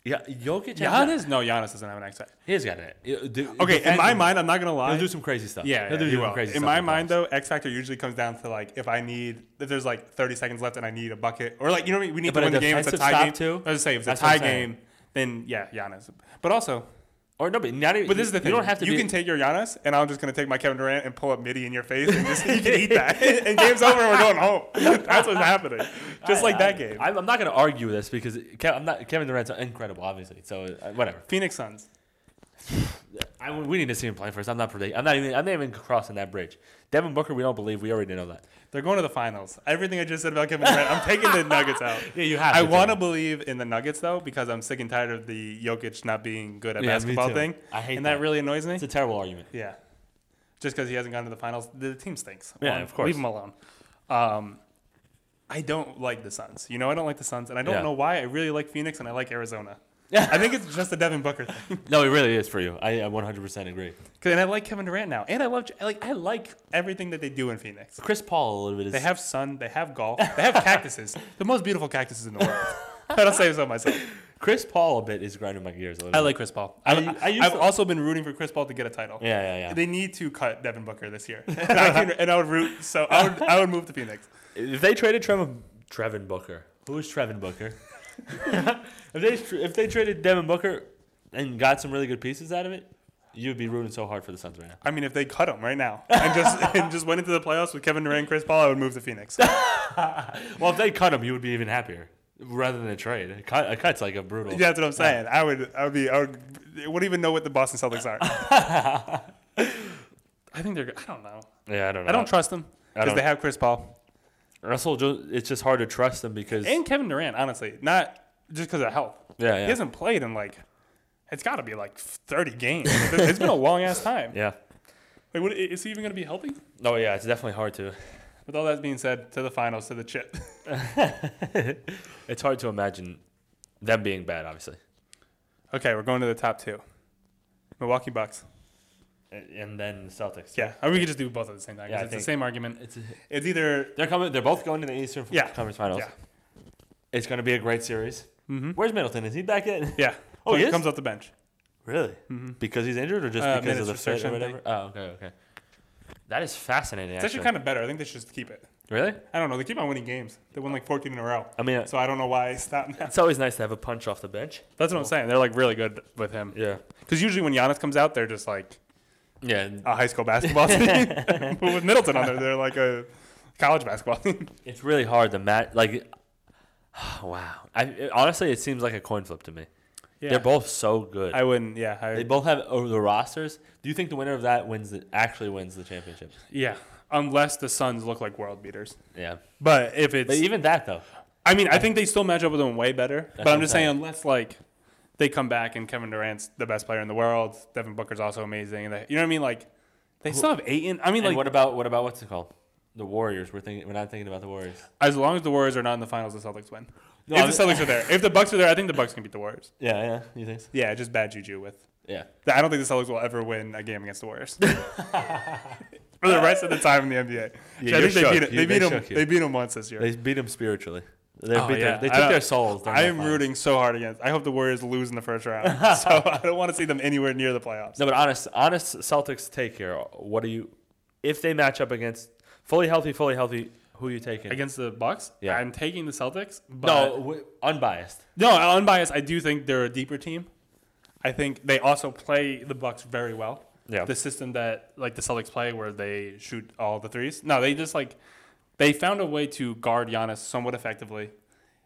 Yeah, Jokic. Has, Giannis, no. Giannis doesn't have an X factor. he's got it. Okay, in my mind, I'm not gonna he'll lie. do some crazy stuff. Yeah, he'll yeah, do he some will. crazy In stuff my the mind, though, X factor usually comes down to like if I need if there's like 30 seconds left and I need a bucket or like you know what I mean? we need but to a win the game. It's a defensive tie game. stop, too? I was just saying if it's That's a what I'm tie saying. game, then yeah, Giannis. But also, Or no, but not even. but this is the thing. You don't have to. You be, can take your Giannis, and I'm just gonna take my Kevin Durant and pull up midi in your face, and just you can eat that. and game's over, and we're going home. That's what's happening. Just I- like that I- game. I'm, I'm not going to argue with this because Ke- I'm not Kevin Durant's incredible, obviously. So uh, whatever. Phoenix Suns. I, we need to see him play first. I'm not predict- I'm not even. I'm not even crossing that bridge. Devin Booker, we don't believe. We already know that. They're going to the finals. Everything I just said about Kevin Durant, I'm taking the Nuggets out. Yeah, you have I to take want to believe in the Nuggets though, because I'm sick and tired of the Jokic not being good at Yeah, me basketball too. thing. I hate and that. that. really annoys me. It's a terrible argument. yeah, just because he hasn't gone to the finals, the team stinks. Yeah, Well, of course. Leave him alone. Um, I don't like the Suns. You know, I don't like the Suns, and I don't Yeah. know why. I really like Phoenix, and I like Arizona. Yeah. I think it's just a Devin Booker thing. No, it really is for you. I, I 100% agree. 'Cause- And I like Kevin Durant now, and I love I like I like everything that they do in Phoenix. Chris Paul a little bit is. They have sun. They have golf. They have cactuses. the most beautiful cactuses in the world. I don't say so myself. Chris Paul a bit is grinding my gears a little. I bit. like Chris Paul. I, I- I used have to- also been rooting for Chris Paul to get a title. Yeah, yeah, yeah. They need to cut Devin Booker this year, and I, can, and I would root. So I would, I would move to Phoenix. If they traded Trevor, Trevin Booker, who is Trevin Booker? if they tr- if they traded Devin Booker and got some really good pieces out of it, you'd be rooting so hard for the Suns right now. I mean, if they cut him right now and just and just went into the playoffs with Kevin Durant, and Chris Paul, I would move to Phoenix. Well, if they cut him, you would be even happier rather than a trade. A, cut, a cut's like a brutal. That's what I'm saying. I would. I would be. I would, I wouldn't even know what the Boston Celtics are. I think they're. good. I don't know. Yeah, I don't know. Uh, I don't trust them because don't- they have Chris Paul. Russell, ju- it's just hard to trust him because. and Kevin Durant, honestly, not just because of health. Yeah, yeah. He hasn't played in like it's got to be like 30 games. it's been a long ass time. yeah. Like, what, is he even going to be healthy? No, yeah, it's definitely hard to. With all that being said, to the finals, to the chip. It's hard to imagine them being bad, obviously. okay, we're going to the top two. Milwaukee Bucks. And then the Celtics. Yeah, or we could just do both at the same time. 'cause Yeah, I it's think- the same argument. It's It's either they're coming. They're both going to the Eastern Yeah. Conference Finals. Yeah. Mm-hmm. It's going to be a great series. Where's Middleton? Is he back in? yeah. Oh, he is? comes off the bench. Really? Because he's injured, or just Uh, because minutes of the fit restriction or whatever? Oh, okay, okay. That is fascinating. It's Actually, actually kind of better. I think they should just keep it. really. I don't know. They keep on winning games. They won like 14 in a row. I mean, uh, So I don't know why I stopped now. it's always nice to have a punch off the bench. That's what I'm saying. They're like really good with him. Yeah. Because usually when Giannis comes out, they're just like Yeah, a high school basketball team, but with Middleton on there, they're like a college basketball team. it's really hard to match. Like, wow. I it- honestly, it seems like a coin flip to me. They're both so good. I wouldn't. Yeah. I, they both have over the rosters. Do you think the winner of that wins? The, actually wins the championship? yeah. Unless the Suns look like world beaters, Yeah. but if it's, But even that though, I mean, I think they still match up with them way better. But what I'm I'm just saying, unless like they come back and Kevin Durant's the best player in the world, Devin Booker's also amazing. and they- you know what I mean? Like they still have Aiton. I mean, And like what about what about what's it called? The Warriors. We're thinking. We're not thinking about the Warriors. as long as the Warriors are not in the finals, the Celtics win. No, if the Celtics are there, if the Bucks are there, I think the Bucks can beat the Warriors. Yeah, yeah. You think? So? Yeah, just bad juju with. Yeah. I don't think the Celtics will ever win a game against the Warriors for the rest of the time in the NBA. Yeah, I you're think they shook. beat, it- You- they beat they them. shook you. They beat them once this year. They beat them spiritually. They, Oh, beat yeah. their, they I took don't- their souls. during I that am final. rooting so hard against. I hope the Warriors lose in the first round, so I don't want to see them anywhere near the playoffs. No, but honest, honest Celtics take here. What do you, if they match up against fully healthy, fully healthy, who you taking? Against the Bucks, Yeah. I'm taking the Celtics. But no, w- unbiased. No, unbiased. I do think they're a deeper team. I think they also play the Bucks very well. Yeah. The system that like the Celtics play, where they shoot all the threes. No, they just like they found a way to guard Giannis somewhat effectively,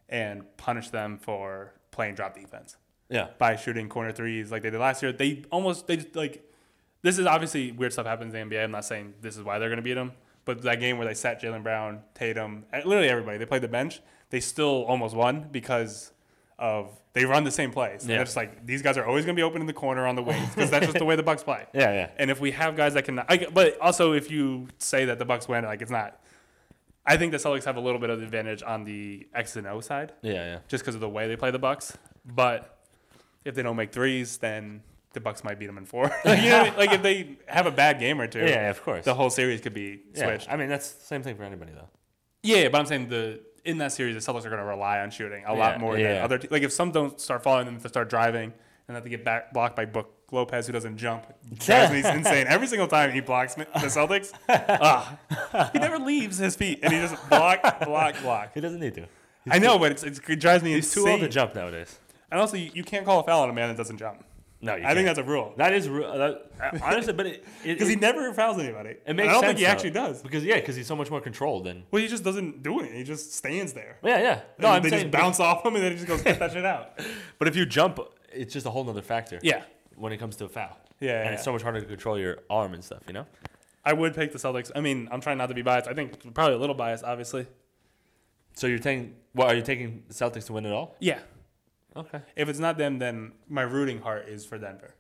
and punish them for playing drop defense Yeah, by shooting corner threes like they did last year. They almost they just like this is obviously weird stuff happens in the NBA. I'm not saying this is why they're going to beat them, but that game where they sat Jalen Brown, Tatum, eh, literally everybody, they played the bench. They still almost won because of they run the same plays. And Yeah. they're just like these guys are always going to be open in the corner on the wings because that's just the way the Bucks play. yeah, yeah. And if we have guys that can, I, but also if you say that the Bucks win, like it's not. I think the Celtics have a little bit of advantage on the X and O side Yeah, yeah. just because of the way they play the Bucks. But if they don't make threes, then the Bucks might beat them in four. like, you know what I mean? Like, if they have a bad game or two, Yeah, yeah, of course. the whole series could be Yeah, switched. I mean, that's the same thing for anybody, though. Yeah, but I'm saying the in that series, the Celtics are going to rely on shooting a Yeah, lot more than yeah. other. Te- like if some don't start falling, then if they start driving, and that they get back blocked by Book Lopez, who doesn't jump, drives me insane. Every single time he blocks me, the Celtics, ah, he never leaves his feet, and he just block, block, block. He doesn't need to. I know, but it's, it's, it drives me He's insane. too old to jump nowadays. And also, you, you can't call a foul on a man that doesn't jump. No, you I think can't. that's a rule that is ru- that, honestly, but it, it, because he it, never fouls anybody. it And makes I don't sense, think he though. actually does. because yeah, because he's so much more controlled than Well, he just doesn't do it. He just stands there. yeah, yeah. No, No, I'm they saying, just bounce off him and then he just goes get that shit out. but if you jump, it's just a whole other factor. Yeah, when it comes to a foul. Yeah, and yeah, it's yeah. so much harder to control your arm and stuff. You know. I would pick the Celtics. I mean, I'm trying not to be biased. I think probably a little biased, obviously. So you're taking what are you taking the Celtics to win it all? Yeah. Okay. If it's not them, then my rooting heart is for Denver.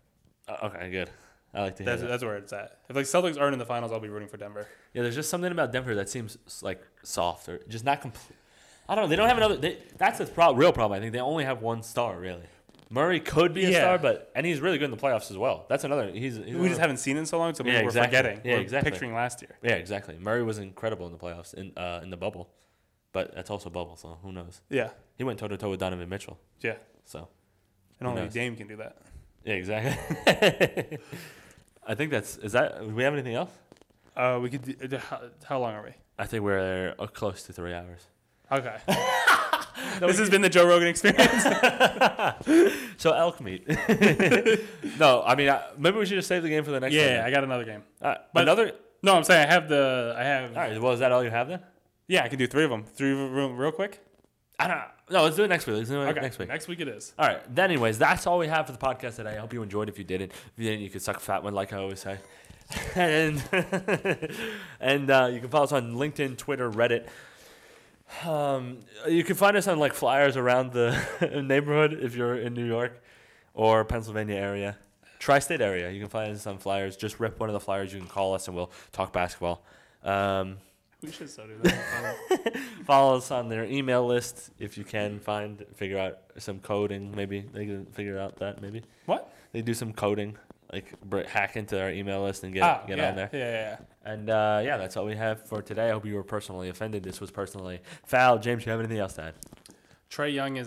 Uh, okay, good. I like to hear That's that. that's where it's at. If like Celtics aren't in the finals, I'll be rooting for Denver. Yeah, there's just something about Denver that seems s- like soft or just not complete. I don't know. They don't have another. They, that's the pro- real problem. I think they only have one star really. Murray could be a Yeah. star, but and he's really good in the playoffs as well. That's another. He's, he's We another- just haven't seen it in so long, so maybe Yeah, we're exactly. forgetting. Yeah, we're exactly. Picturing last year. Yeah, exactly. Murray was incredible in the playoffs in uh, in the bubble, but that's also bubble, so who knows? Yeah. He went toe to toe with Donovan Mitchell, Yeah. so And only knows? Dame can do that. yeah, exactly. I think that's is that. Do we have anything else? Uh, we could. Do, uh, how, how long are we? I think we're uh, close to three hours. Okay. this has been the Joe Rogan experience. So elk meat. no, I mean I, maybe we should just save the game for the next. yeah, I One. got another game. Yeah. Uh, but- another. No, I'm saying I have the. I have. All right. Well, is that all you have then? Yeah, I can do three of them. Three of 'em real, real quick. I don't. No, let's do it next week. Let's do it Okay. next week. Next week it is. All right. Then, anyways, that's all we have for the podcast today. I hope you enjoyed. If you didn't, if you didn't, you could suck a fat one, like I always say. and and uh, you can follow us on LinkedIn, Twitter, Reddit. Um, you can find us on like flyers around the neighborhood if you're in New York or Pennsylvania area, tri-state area. You can find us on flyers. Just rip one of the flyers. You can call us and we'll talk basketball. Um, We should so do that. follow us on their email list if you can find figure out some coding maybe they can figure out that maybe what? they do some coding like br- hack into our email list and get Ah, get yeah, on there Yeah, yeah, and uh, yeah that's all we have for today i hope you were personally offended this was personally foul james you have anything else to add Trey Young is.